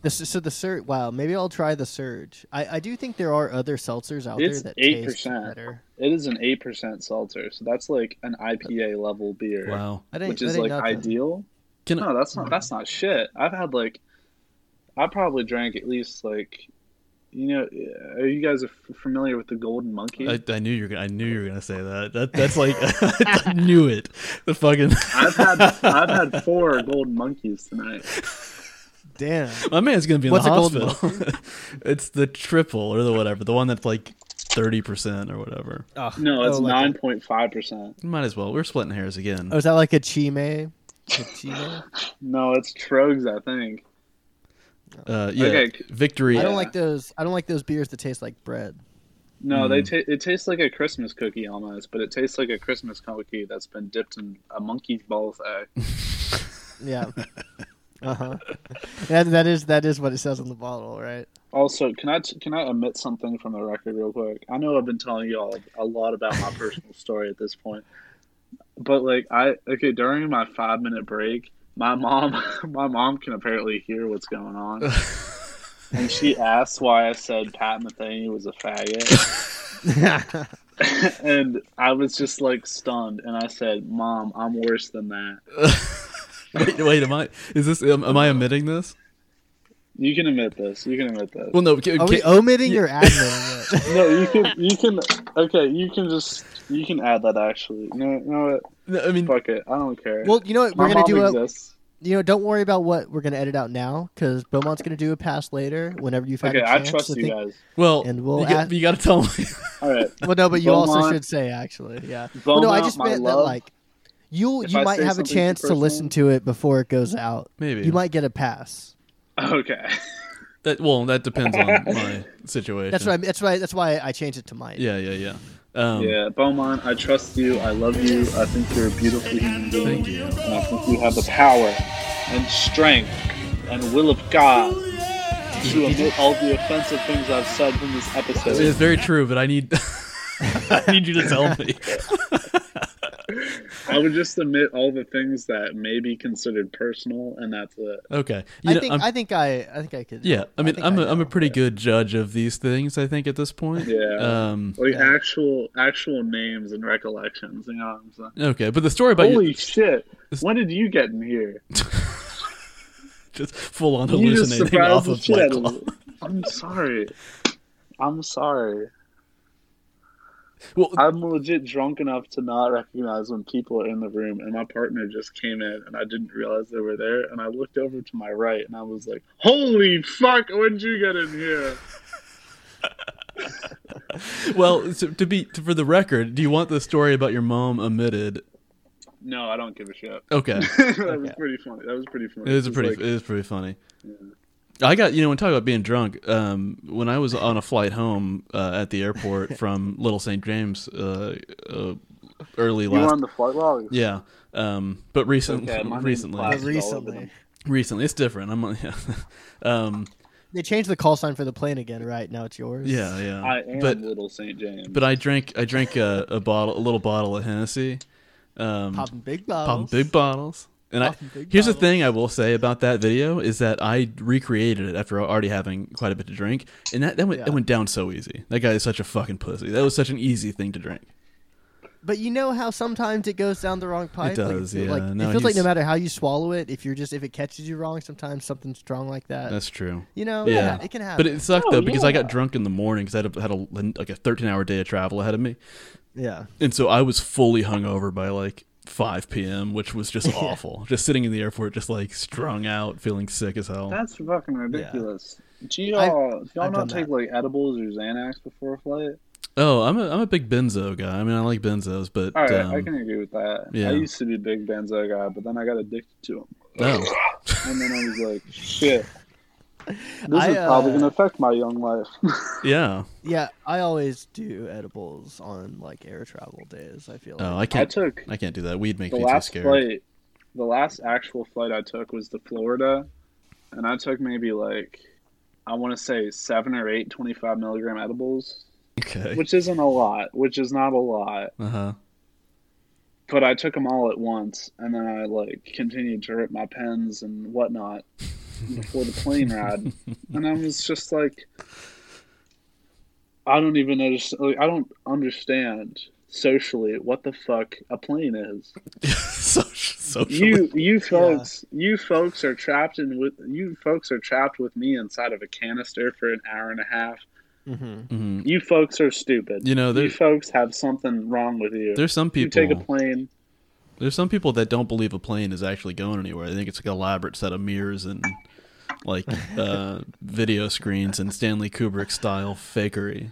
Speaker 7: The, so the surge. Wow. Maybe I'll try the surge. I, I do think there are other seltzers out
Speaker 9: It's
Speaker 7: there that taste
Speaker 9: 8%.
Speaker 7: better.
Speaker 9: It is an eight percent seltzer, so that's like an IPA level beer,
Speaker 8: Wow.
Speaker 7: That ain't,
Speaker 9: which
Speaker 7: that
Speaker 9: is
Speaker 7: ain't
Speaker 9: like
Speaker 7: nothing.
Speaker 9: ideal.
Speaker 8: Can
Speaker 9: No, that's not that's not shit. I've had like, I probably drank at least like, you know, are you guys are f- familiar with the Golden Monkey?
Speaker 8: I, I knew you were gonna, I knew you were gonna say that. That that's like I knew it. The fucking
Speaker 9: I've had I've had four Golden Monkeys tonight.
Speaker 7: Damn.
Speaker 8: my man's gonna be in
Speaker 7: What's
Speaker 8: the
Speaker 7: a golden
Speaker 8: hospital. it's the triple or the whatever, the one that's like thirty percent or whatever.
Speaker 9: No, it's
Speaker 7: Oh, like a-
Speaker 9: nine point five percent.
Speaker 8: Might as well. We're splitting hairs again.
Speaker 7: Oh, is that like a chime? A chime?
Speaker 9: No, it's Trogs, I think.
Speaker 8: Uh, yeah,
Speaker 9: Okay.
Speaker 8: victory.
Speaker 7: I don't
Speaker 9: Yeah.
Speaker 7: like those. I don't like those beers that taste like bread.
Speaker 9: No,
Speaker 7: Hmm.
Speaker 9: they ta- it tastes like a Christmas cookie almost, but it tastes like a Christmas cookie that's been dipped in a monkey's balls egg.
Speaker 7: Yeah. uh huh. That, that is that is what it says on the bottle, right?
Speaker 9: Also, can I t- can I omit something from the record real quick? I know I've been telling y'all a lot about my personal story at this point, but like I okay during my five minute break, my mom my mom can apparently hear what's going on, and she asked why I said Pat Metheny was a faggot, and I was just like stunned, and I said, "Mom, I'm worse than that."
Speaker 8: wait, wait, am I? Is this? Am, am I omitting this?
Speaker 9: You can admit this. You can admit this.
Speaker 8: Well, no. Can,
Speaker 7: Are we
Speaker 8: can-
Speaker 7: omitting or admitting it?
Speaker 9: no, you can. You can. Okay, you can just. You can add that. Actually, no, no. It,
Speaker 8: no, I mean,
Speaker 9: Fuck it. I don't care.
Speaker 7: Well, you know what? We're
Speaker 9: My
Speaker 7: gonna
Speaker 9: mom
Speaker 7: do a.
Speaker 9: exists.
Speaker 7: You know, don't worry about what we're gonna edit out now, because Beaumont's gonna do a pass later. Whenever you've had
Speaker 9: Okay,
Speaker 7: a
Speaker 9: I
Speaker 7: chance. to
Speaker 9: trust you
Speaker 7: think-
Speaker 9: guys.
Speaker 8: well,
Speaker 7: and we'll
Speaker 8: you, got,
Speaker 7: add-
Speaker 8: you got to tell me.
Speaker 9: All right.
Speaker 7: Well, no, but you also
Speaker 9: Beaumont-
Speaker 7: should say actually, yeah. Well, no, I
Speaker 9: Beaumont,
Speaker 7: just
Speaker 9: my
Speaker 7: meant that
Speaker 9: love.
Speaker 7: like you
Speaker 9: If
Speaker 7: you
Speaker 9: I
Speaker 7: might
Speaker 9: say
Speaker 7: have a
Speaker 9: something too
Speaker 7: chance to listen to it before it goes out.
Speaker 8: Maybe.
Speaker 7: you might get a pass.
Speaker 9: Okay.
Speaker 8: That well, that depends on my situation.
Speaker 7: That's why. That's why. That's why I changed it to Mike.
Speaker 8: Yeah, yeah, yeah. Um,
Speaker 9: Yeah, Beaumont, I trust you. I love you. I think you're a beautiful human being.
Speaker 8: Thank you.
Speaker 9: And I think you have the power and strength and will of God to omit all the offensive things I've said in this episode.
Speaker 8: It's very true, but I need I need you to tell me.
Speaker 9: I would just omit all the things that may be considered personal, and that's it.
Speaker 8: Okay. You
Speaker 7: I
Speaker 8: know,
Speaker 7: think
Speaker 8: I'm-
Speaker 7: i think I I think I could.
Speaker 8: yeah, I mean,
Speaker 7: think
Speaker 8: I am
Speaker 7: I
Speaker 8: a, I'm a
Speaker 7: know.
Speaker 8: pretty good judge of these things. I think at this point.
Speaker 9: Yeah.
Speaker 8: Um.
Speaker 9: Like
Speaker 7: Yeah.
Speaker 9: actual actual names and recollections. You know what I'm saying?
Speaker 8: Okay, but the story about
Speaker 9: Holy
Speaker 8: you
Speaker 9: shit! When did you get in here?
Speaker 8: just full on
Speaker 9: You just
Speaker 8: hallucinating
Speaker 9: surprised
Speaker 8: off
Speaker 9: the
Speaker 8: of Black
Speaker 9: shit out of
Speaker 8: Claw.
Speaker 9: me. I'm sorry. I'm sorry.
Speaker 8: Well,
Speaker 9: I'm legit drunk enough to not recognize when people are in the room, and my partner just came in, and I didn't realize they were there, and I looked over to my right, and I was like, "Holy fuck! When'd you get in here?"
Speaker 8: well, so to be for the record, do you want the story about your mom omitted?
Speaker 9: No, I don't give a shit.
Speaker 8: Okay,
Speaker 9: that was pretty funny. That was pretty funny.
Speaker 8: it is a
Speaker 9: It's
Speaker 8: pretty
Speaker 9: like-
Speaker 8: it is pretty funny. I got you know when talking about being drunk. Um, when I was on a flight home uh, at the airport from Little St James uh, uh, early
Speaker 9: you
Speaker 8: last
Speaker 9: were on the flight log.
Speaker 8: yeah, um, but recent,
Speaker 9: Okay, my name's
Speaker 8: recently
Speaker 9: Platt.
Speaker 7: But
Speaker 9: That's all of
Speaker 7: recently,
Speaker 9: them.
Speaker 8: recently it's different. I'm on- yeah, um,
Speaker 7: they changed the call sign for the plane again, right? Now it's yours.
Speaker 8: yeah yeah.
Speaker 9: I am
Speaker 8: but
Speaker 9: little Saint James.
Speaker 8: but I drank I drank a, a bottle a little bottle of Hennessy. Um,
Speaker 7: Popping big bottles.
Speaker 8: popping big bottles. And I,
Speaker 7: Popping big
Speaker 8: here's the
Speaker 7: bottles.
Speaker 8: thing I will say about that video is that I recreated it after already having quite a bit to drink, and that that went, that
Speaker 7: Yeah.
Speaker 8: went down so easy. That guy is such a fucking pussy. That was such an easy thing to drink.
Speaker 7: But you know how sometimes it goes down the wrong pipe.
Speaker 8: does,
Speaker 7: Like,
Speaker 8: yeah.
Speaker 7: Like,
Speaker 8: No,
Speaker 7: it feels like no
Speaker 8: he's-
Speaker 7: matter how you swallow it, if you're just if it catches you wrong, sometimes something strong like that.
Speaker 8: That's true.
Speaker 7: you know,
Speaker 8: Uh, yeah,
Speaker 7: it can happen.
Speaker 8: But it
Speaker 9: Oh,
Speaker 8: sucked though because I got drunk in the morning because I had, a, had a, like a 13 hour day of travel ahead of me,
Speaker 7: yeah.
Speaker 8: and so I was fully hungover by like 5 p.m., which was just awful. Just sitting in the airport, just like strung out, feeling sick as hell.
Speaker 9: That's fucking ridiculous. Do
Speaker 7: I've-
Speaker 9: y'all, do y'all
Speaker 7: I've done
Speaker 9: not take
Speaker 7: that.
Speaker 9: like edibles or Xanax before a flight?
Speaker 8: oh, I'm a I'm a big benzo guy. I mean, I like benzos, but
Speaker 9: All right,
Speaker 8: um,
Speaker 9: I can agree with that.
Speaker 8: yeah.
Speaker 9: I used to be a big benzo guy, but then I got addicted to him,
Speaker 8: no.
Speaker 9: and then I was like, shit. This
Speaker 7: I,
Speaker 9: is probably
Speaker 7: uh,
Speaker 9: gonna affect my young life.
Speaker 8: Yeah.
Speaker 7: Yeah, I always do edibles on like air travel days. I feel
Speaker 8: Oh,
Speaker 7: like
Speaker 8: I
Speaker 9: I
Speaker 8: can't. I,
Speaker 9: took
Speaker 8: can't do that. Weed make
Speaker 9: the
Speaker 8: me too
Speaker 9: last
Speaker 8: scared.
Speaker 9: flight. The last actual flight I took was to Florida, and I took maybe like, I want to say seven or eight 25 milligram edibles,
Speaker 8: Okay.
Speaker 9: which isn't a lot, which is not a lot.
Speaker 8: Uh huh.
Speaker 9: but I took them all at once, and then I like continued to rip my pens and whatnot before the plane ride, and I was just like, I don't even understand. Like, I don't understand socially what the fuck a plane is.
Speaker 8: so, socially.
Speaker 9: You you folks you folks are trapped in with you folks are trapped with me inside of a canister for an hour and a half.
Speaker 8: Mhm.
Speaker 9: You folks are stupid.
Speaker 8: You know, there-
Speaker 9: you folks have something wrong with you.
Speaker 8: There's some
Speaker 9: you take a
Speaker 8: people.
Speaker 9: plane.
Speaker 8: There's some people that don't believe a plane is actually going anywhere. They think it's like an elaborate set of mirrors and like uh, video screens and Stanley Kubrick style fakery.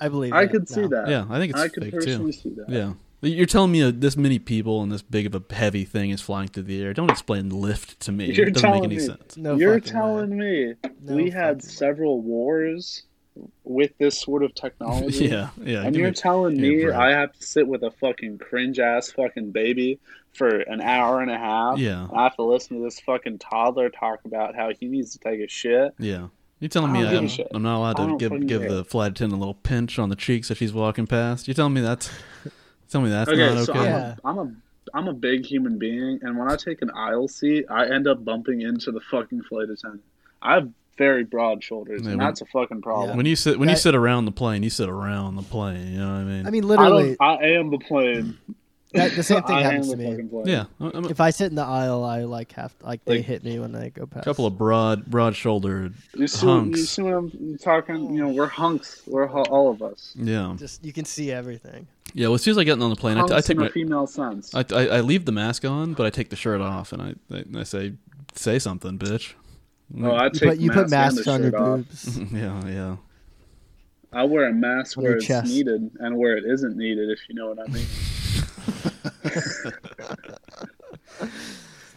Speaker 7: I believe.
Speaker 9: I
Speaker 7: that
Speaker 9: could see
Speaker 7: now.
Speaker 9: that.
Speaker 8: Yeah, I think it's
Speaker 9: I could
Speaker 8: fake too.
Speaker 9: personally see that.
Speaker 8: Yeah. You're telling me uh, this many people and this big of a heavy thing is flying through the air. Don't explain lift to me.
Speaker 9: You're
Speaker 8: it doesn't make
Speaker 9: telling
Speaker 8: any
Speaker 9: me.
Speaker 8: sense.
Speaker 7: No
Speaker 9: You're
Speaker 7: fucking way.
Speaker 9: telling me
Speaker 7: No
Speaker 9: we had
Speaker 7: fucking way.
Speaker 9: several wars with this sort of technology.
Speaker 8: Yeah, yeah.
Speaker 9: And
Speaker 8: give
Speaker 9: you're
Speaker 8: me-
Speaker 9: telling
Speaker 8: give a
Speaker 9: me
Speaker 8: break.
Speaker 9: I have to sit with a fucking cringe ass fucking baby for an hour and a half.
Speaker 8: Yeah.
Speaker 9: And I have to listen to this fucking toddler talk about how he needs to take a shit.
Speaker 8: Yeah. You're telling
Speaker 9: I
Speaker 8: me
Speaker 9: don't give a
Speaker 8: I'm,
Speaker 9: shit.
Speaker 8: I'm not allowed
Speaker 9: I
Speaker 8: to
Speaker 9: don't
Speaker 8: give
Speaker 9: fucking
Speaker 8: give
Speaker 9: care.
Speaker 8: the flight attendant a little pinch on the cheeks that she's walking past. You're telling me that's tell me that's not okay.
Speaker 9: so I'm,
Speaker 7: Yeah.
Speaker 9: a, I'm a I'm a big human being, and when I take an aisle seat, I end up bumping into the fucking flight attendant. I have very broad shoulders,
Speaker 8: Yeah,
Speaker 9: and
Speaker 8: when-
Speaker 9: that's a fucking problem.
Speaker 8: When you sit when you
Speaker 7: That-
Speaker 8: sit around the plane, you sit around the plane. You know what I mean?
Speaker 7: I mean,
Speaker 9: I,
Speaker 7: literally,
Speaker 9: don't, I am the plane.
Speaker 7: that, the same thing
Speaker 9: I am
Speaker 7: happens
Speaker 9: the
Speaker 7: to me.
Speaker 9: fucking plane.
Speaker 8: yeah, I- I'm a
Speaker 7: If I sit in the aisle, I like have like they
Speaker 9: Like-
Speaker 7: hit me when I go past.
Speaker 8: couple of broad broad shouldered
Speaker 9: You see, you
Speaker 8: hunks.
Speaker 9: see what I'm talking? You know, we're hunks. We're hu- all of us.
Speaker 8: Yeah,
Speaker 7: just you can see everything.
Speaker 8: yeah. Well, as soon as I get on the plane, I,
Speaker 9: Hunks
Speaker 8: t- I take
Speaker 9: in a
Speaker 8: my
Speaker 9: female sense.
Speaker 8: I, I, I leave the mask on, but I take the shirt off and I I, I say say something, bitch.
Speaker 9: oh, I
Speaker 7: You
Speaker 9: take
Speaker 7: put you put
Speaker 9: mask and
Speaker 7: masks
Speaker 9: the
Speaker 7: on your
Speaker 9: shirt off.
Speaker 8: Mm-hmm.
Speaker 7: boobs.
Speaker 8: Yeah, yeah.
Speaker 9: I wear a mask
Speaker 7: On
Speaker 9: where
Speaker 7: your
Speaker 9: it's
Speaker 7: chest.
Speaker 9: needed and where it isn't needed, if you know what I mean.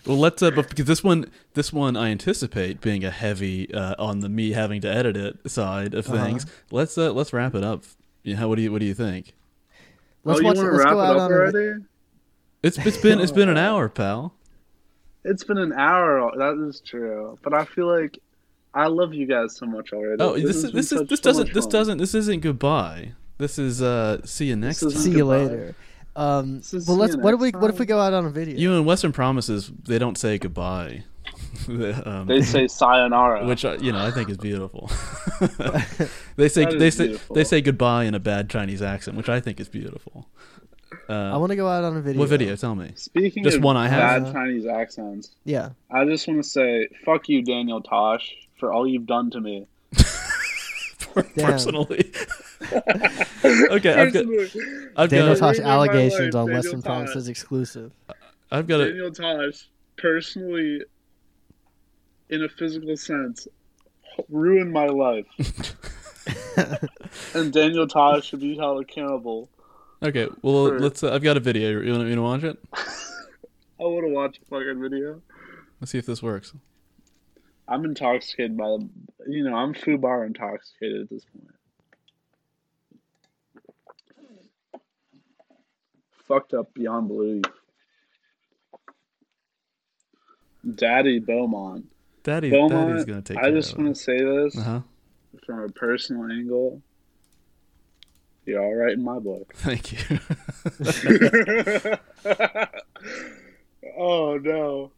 Speaker 8: Well, let's uh, bef- because this one, this one, I anticipate being a heavy uh, on the me having to edit it side of
Speaker 9: Uh-huh.
Speaker 8: things. Let's uh, let's wrap it up. You know, what do you what do you think?
Speaker 7: Let's
Speaker 9: oh, you
Speaker 7: watch.
Speaker 9: wanna
Speaker 7: Let's
Speaker 9: wrap
Speaker 7: go
Speaker 9: it
Speaker 7: out
Speaker 9: up
Speaker 7: on. a-
Speaker 9: already?
Speaker 8: It's it's been it's been an hour, pal.
Speaker 9: It's been an hour. That is true, but I feel like I love you guys so much already.
Speaker 8: Oh, this
Speaker 9: has
Speaker 8: is
Speaker 9: been
Speaker 8: this
Speaker 9: such-
Speaker 8: is this
Speaker 9: so much
Speaker 8: doesn't this
Speaker 9: fun.
Speaker 8: doesn't this isn't goodbye. This is uh see you next.
Speaker 9: is-
Speaker 8: time.
Speaker 7: See you
Speaker 9: Goodbye.
Speaker 7: later. Um,
Speaker 9: So see
Speaker 7: well, let's.
Speaker 9: you
Speaker 7: What if we?
Speaker 9: next
Speaker 7: What if we
Speaker 9: time.
Speaker 7: go out on a video?
Speaker 8: You and Western Promises they don't say goodbye, They, um,
Speaker 9: They say sayonara.
Speaker 8: which uh, you know I think is beautiful. they say
Speaker 9: That is
Speaker 8: they say
Speaker 9: beautiful.
Speaker 8: they say goodbye in a bad Chinese accent, which I think is beautiful.
Speaker 7: I want to go out on a video.
Speaker 8: What video? Tell me.
Speaker 9: Speaking
Speaker 8: Just
Speaker 9: of
Speaker 8: one I have.
Speaker 9: bad Chinese accents,
Speaker 7: Yeah.
Speaker 9: I just want to say, fuck you, Daniel Tosh, for all you've done to me.
Speaker 8: personally. okay, I've got, I've got, I've
Speaker 7: Daniel
Speaker 8: got,
Speaker 7: Tosh
Speaker 9: Ruined my
Speaker 7: allegations
Speaker 9: life,
Speaker 7: on
Speaker 9: Daniel
Speaker 7: Western
Speaker 9: Tosh.
Speaker 7: Promises exclusive.
Speaker 8: I've got a,
Speaker 9: Daniel Tosh, personally, in a physical sense, ruined my life. and Daniel Tosh should be held accountable.
Speaker 8: okay. Well,
Speaker 9: Sure.
Speaker 8: let's. Uh, I've got a video. You want, you want to watch it?
Speaker 9: I want to watch a fucking video.
Speaker 8: Let's see if this works.
Speaker 9: I'm intoxicated by the, you know, I'm foobar intoxicated at this point. Fucked up beyond belief. Daddy Beaumont.
Speaker 8: Daddy, Daddy's
Speaker 9: Beaumont,
Speaker 8: gonna take.
Speaker 9: I just want to say this
Speaker 8: Uh huh.
Speaker 9: from a personal angle. You're all right in my book.
Speaker 8: Thank you.
Speaker 9: oh no.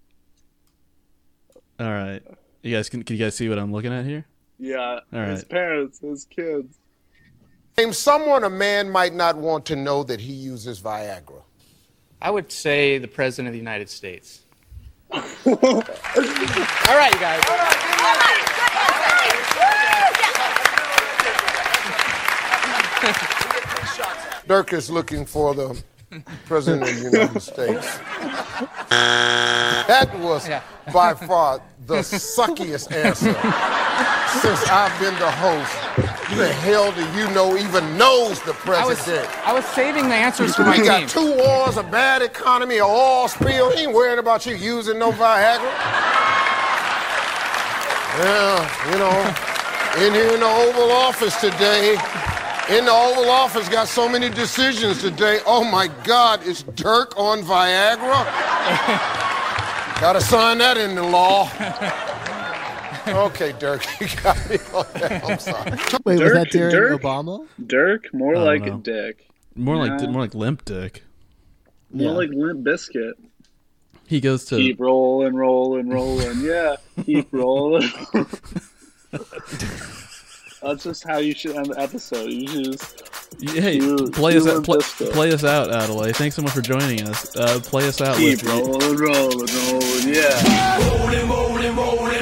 Speaker 8: All right. You guys can. Can you guys see what I'm looking at here?
Speaker 9: Yeah.
Speaker 8: All
Speaker 9: his
Speaker 8: right.
Speaker 9: parents, his kids.
Speaker 10: Name someone a man might not want to know that he uses Viagra.
Speaker 11: I would say the President of the United States. All right, you guys.
Speaker 10: Dirk is looking for the President of the United States. That was
Speaker 11: Yeah.
Speaker 10: by far the suckiest answer since I've been the host. Who the hell do you know even knows the
Speaker 11: I was,
Speaker 10: president?
Speaker 11: I was saving the answers for my
Speaker 10: We
Speaker 11: team.
Speaker 10: got two wars, a bad economy, a oil spill. He ain't worried about you using no Viagra. Yeah, you know, in here in the Oval Office today, in the Oval Office, got so many decisions today. Oh my God, it's Dirk on Viagra? Gotta sign that into law. Okay, Dirk, you got me on that. I'm sorry.
Speaker 7: Wait, was
Speaker 9: Dirk-
Speaker 7: that during
Speaker 9: Dirk-
Speaker 7: Obama?
Speaker 9: Dirk, more like
Speaker 8: know.
Speaker 9: a dick.
Speaker 8: More like
Speaker 9: No.
Speaker 8: more like limp dick.
Speaker 9: More
Speaker 7: Yeah.
Speaker 9: like Limp Biscuit.
Speaker 8: He goes to
Speaker 9: Keep rolling, rolling, rolling. Yeah, keep rolling. That's just how you should end the episode. You should just
Speaker 8: hey,
Speaker 9: You-
Speaker 8: play
Speaker 9: you
Speaker 8: us out,
Speaker 9: limp
Speaker 8: play,
Speaker 9: biscuit.
Speaker 8: play us out, Adelaide. Thanks so much for joining us. Uh, play us out
Speaker 9: keep
Speaker 8: with
Speaker 9: rolling, rolling, rolling. Yeah.
Speaker 6: Rolling, rolling, rolling.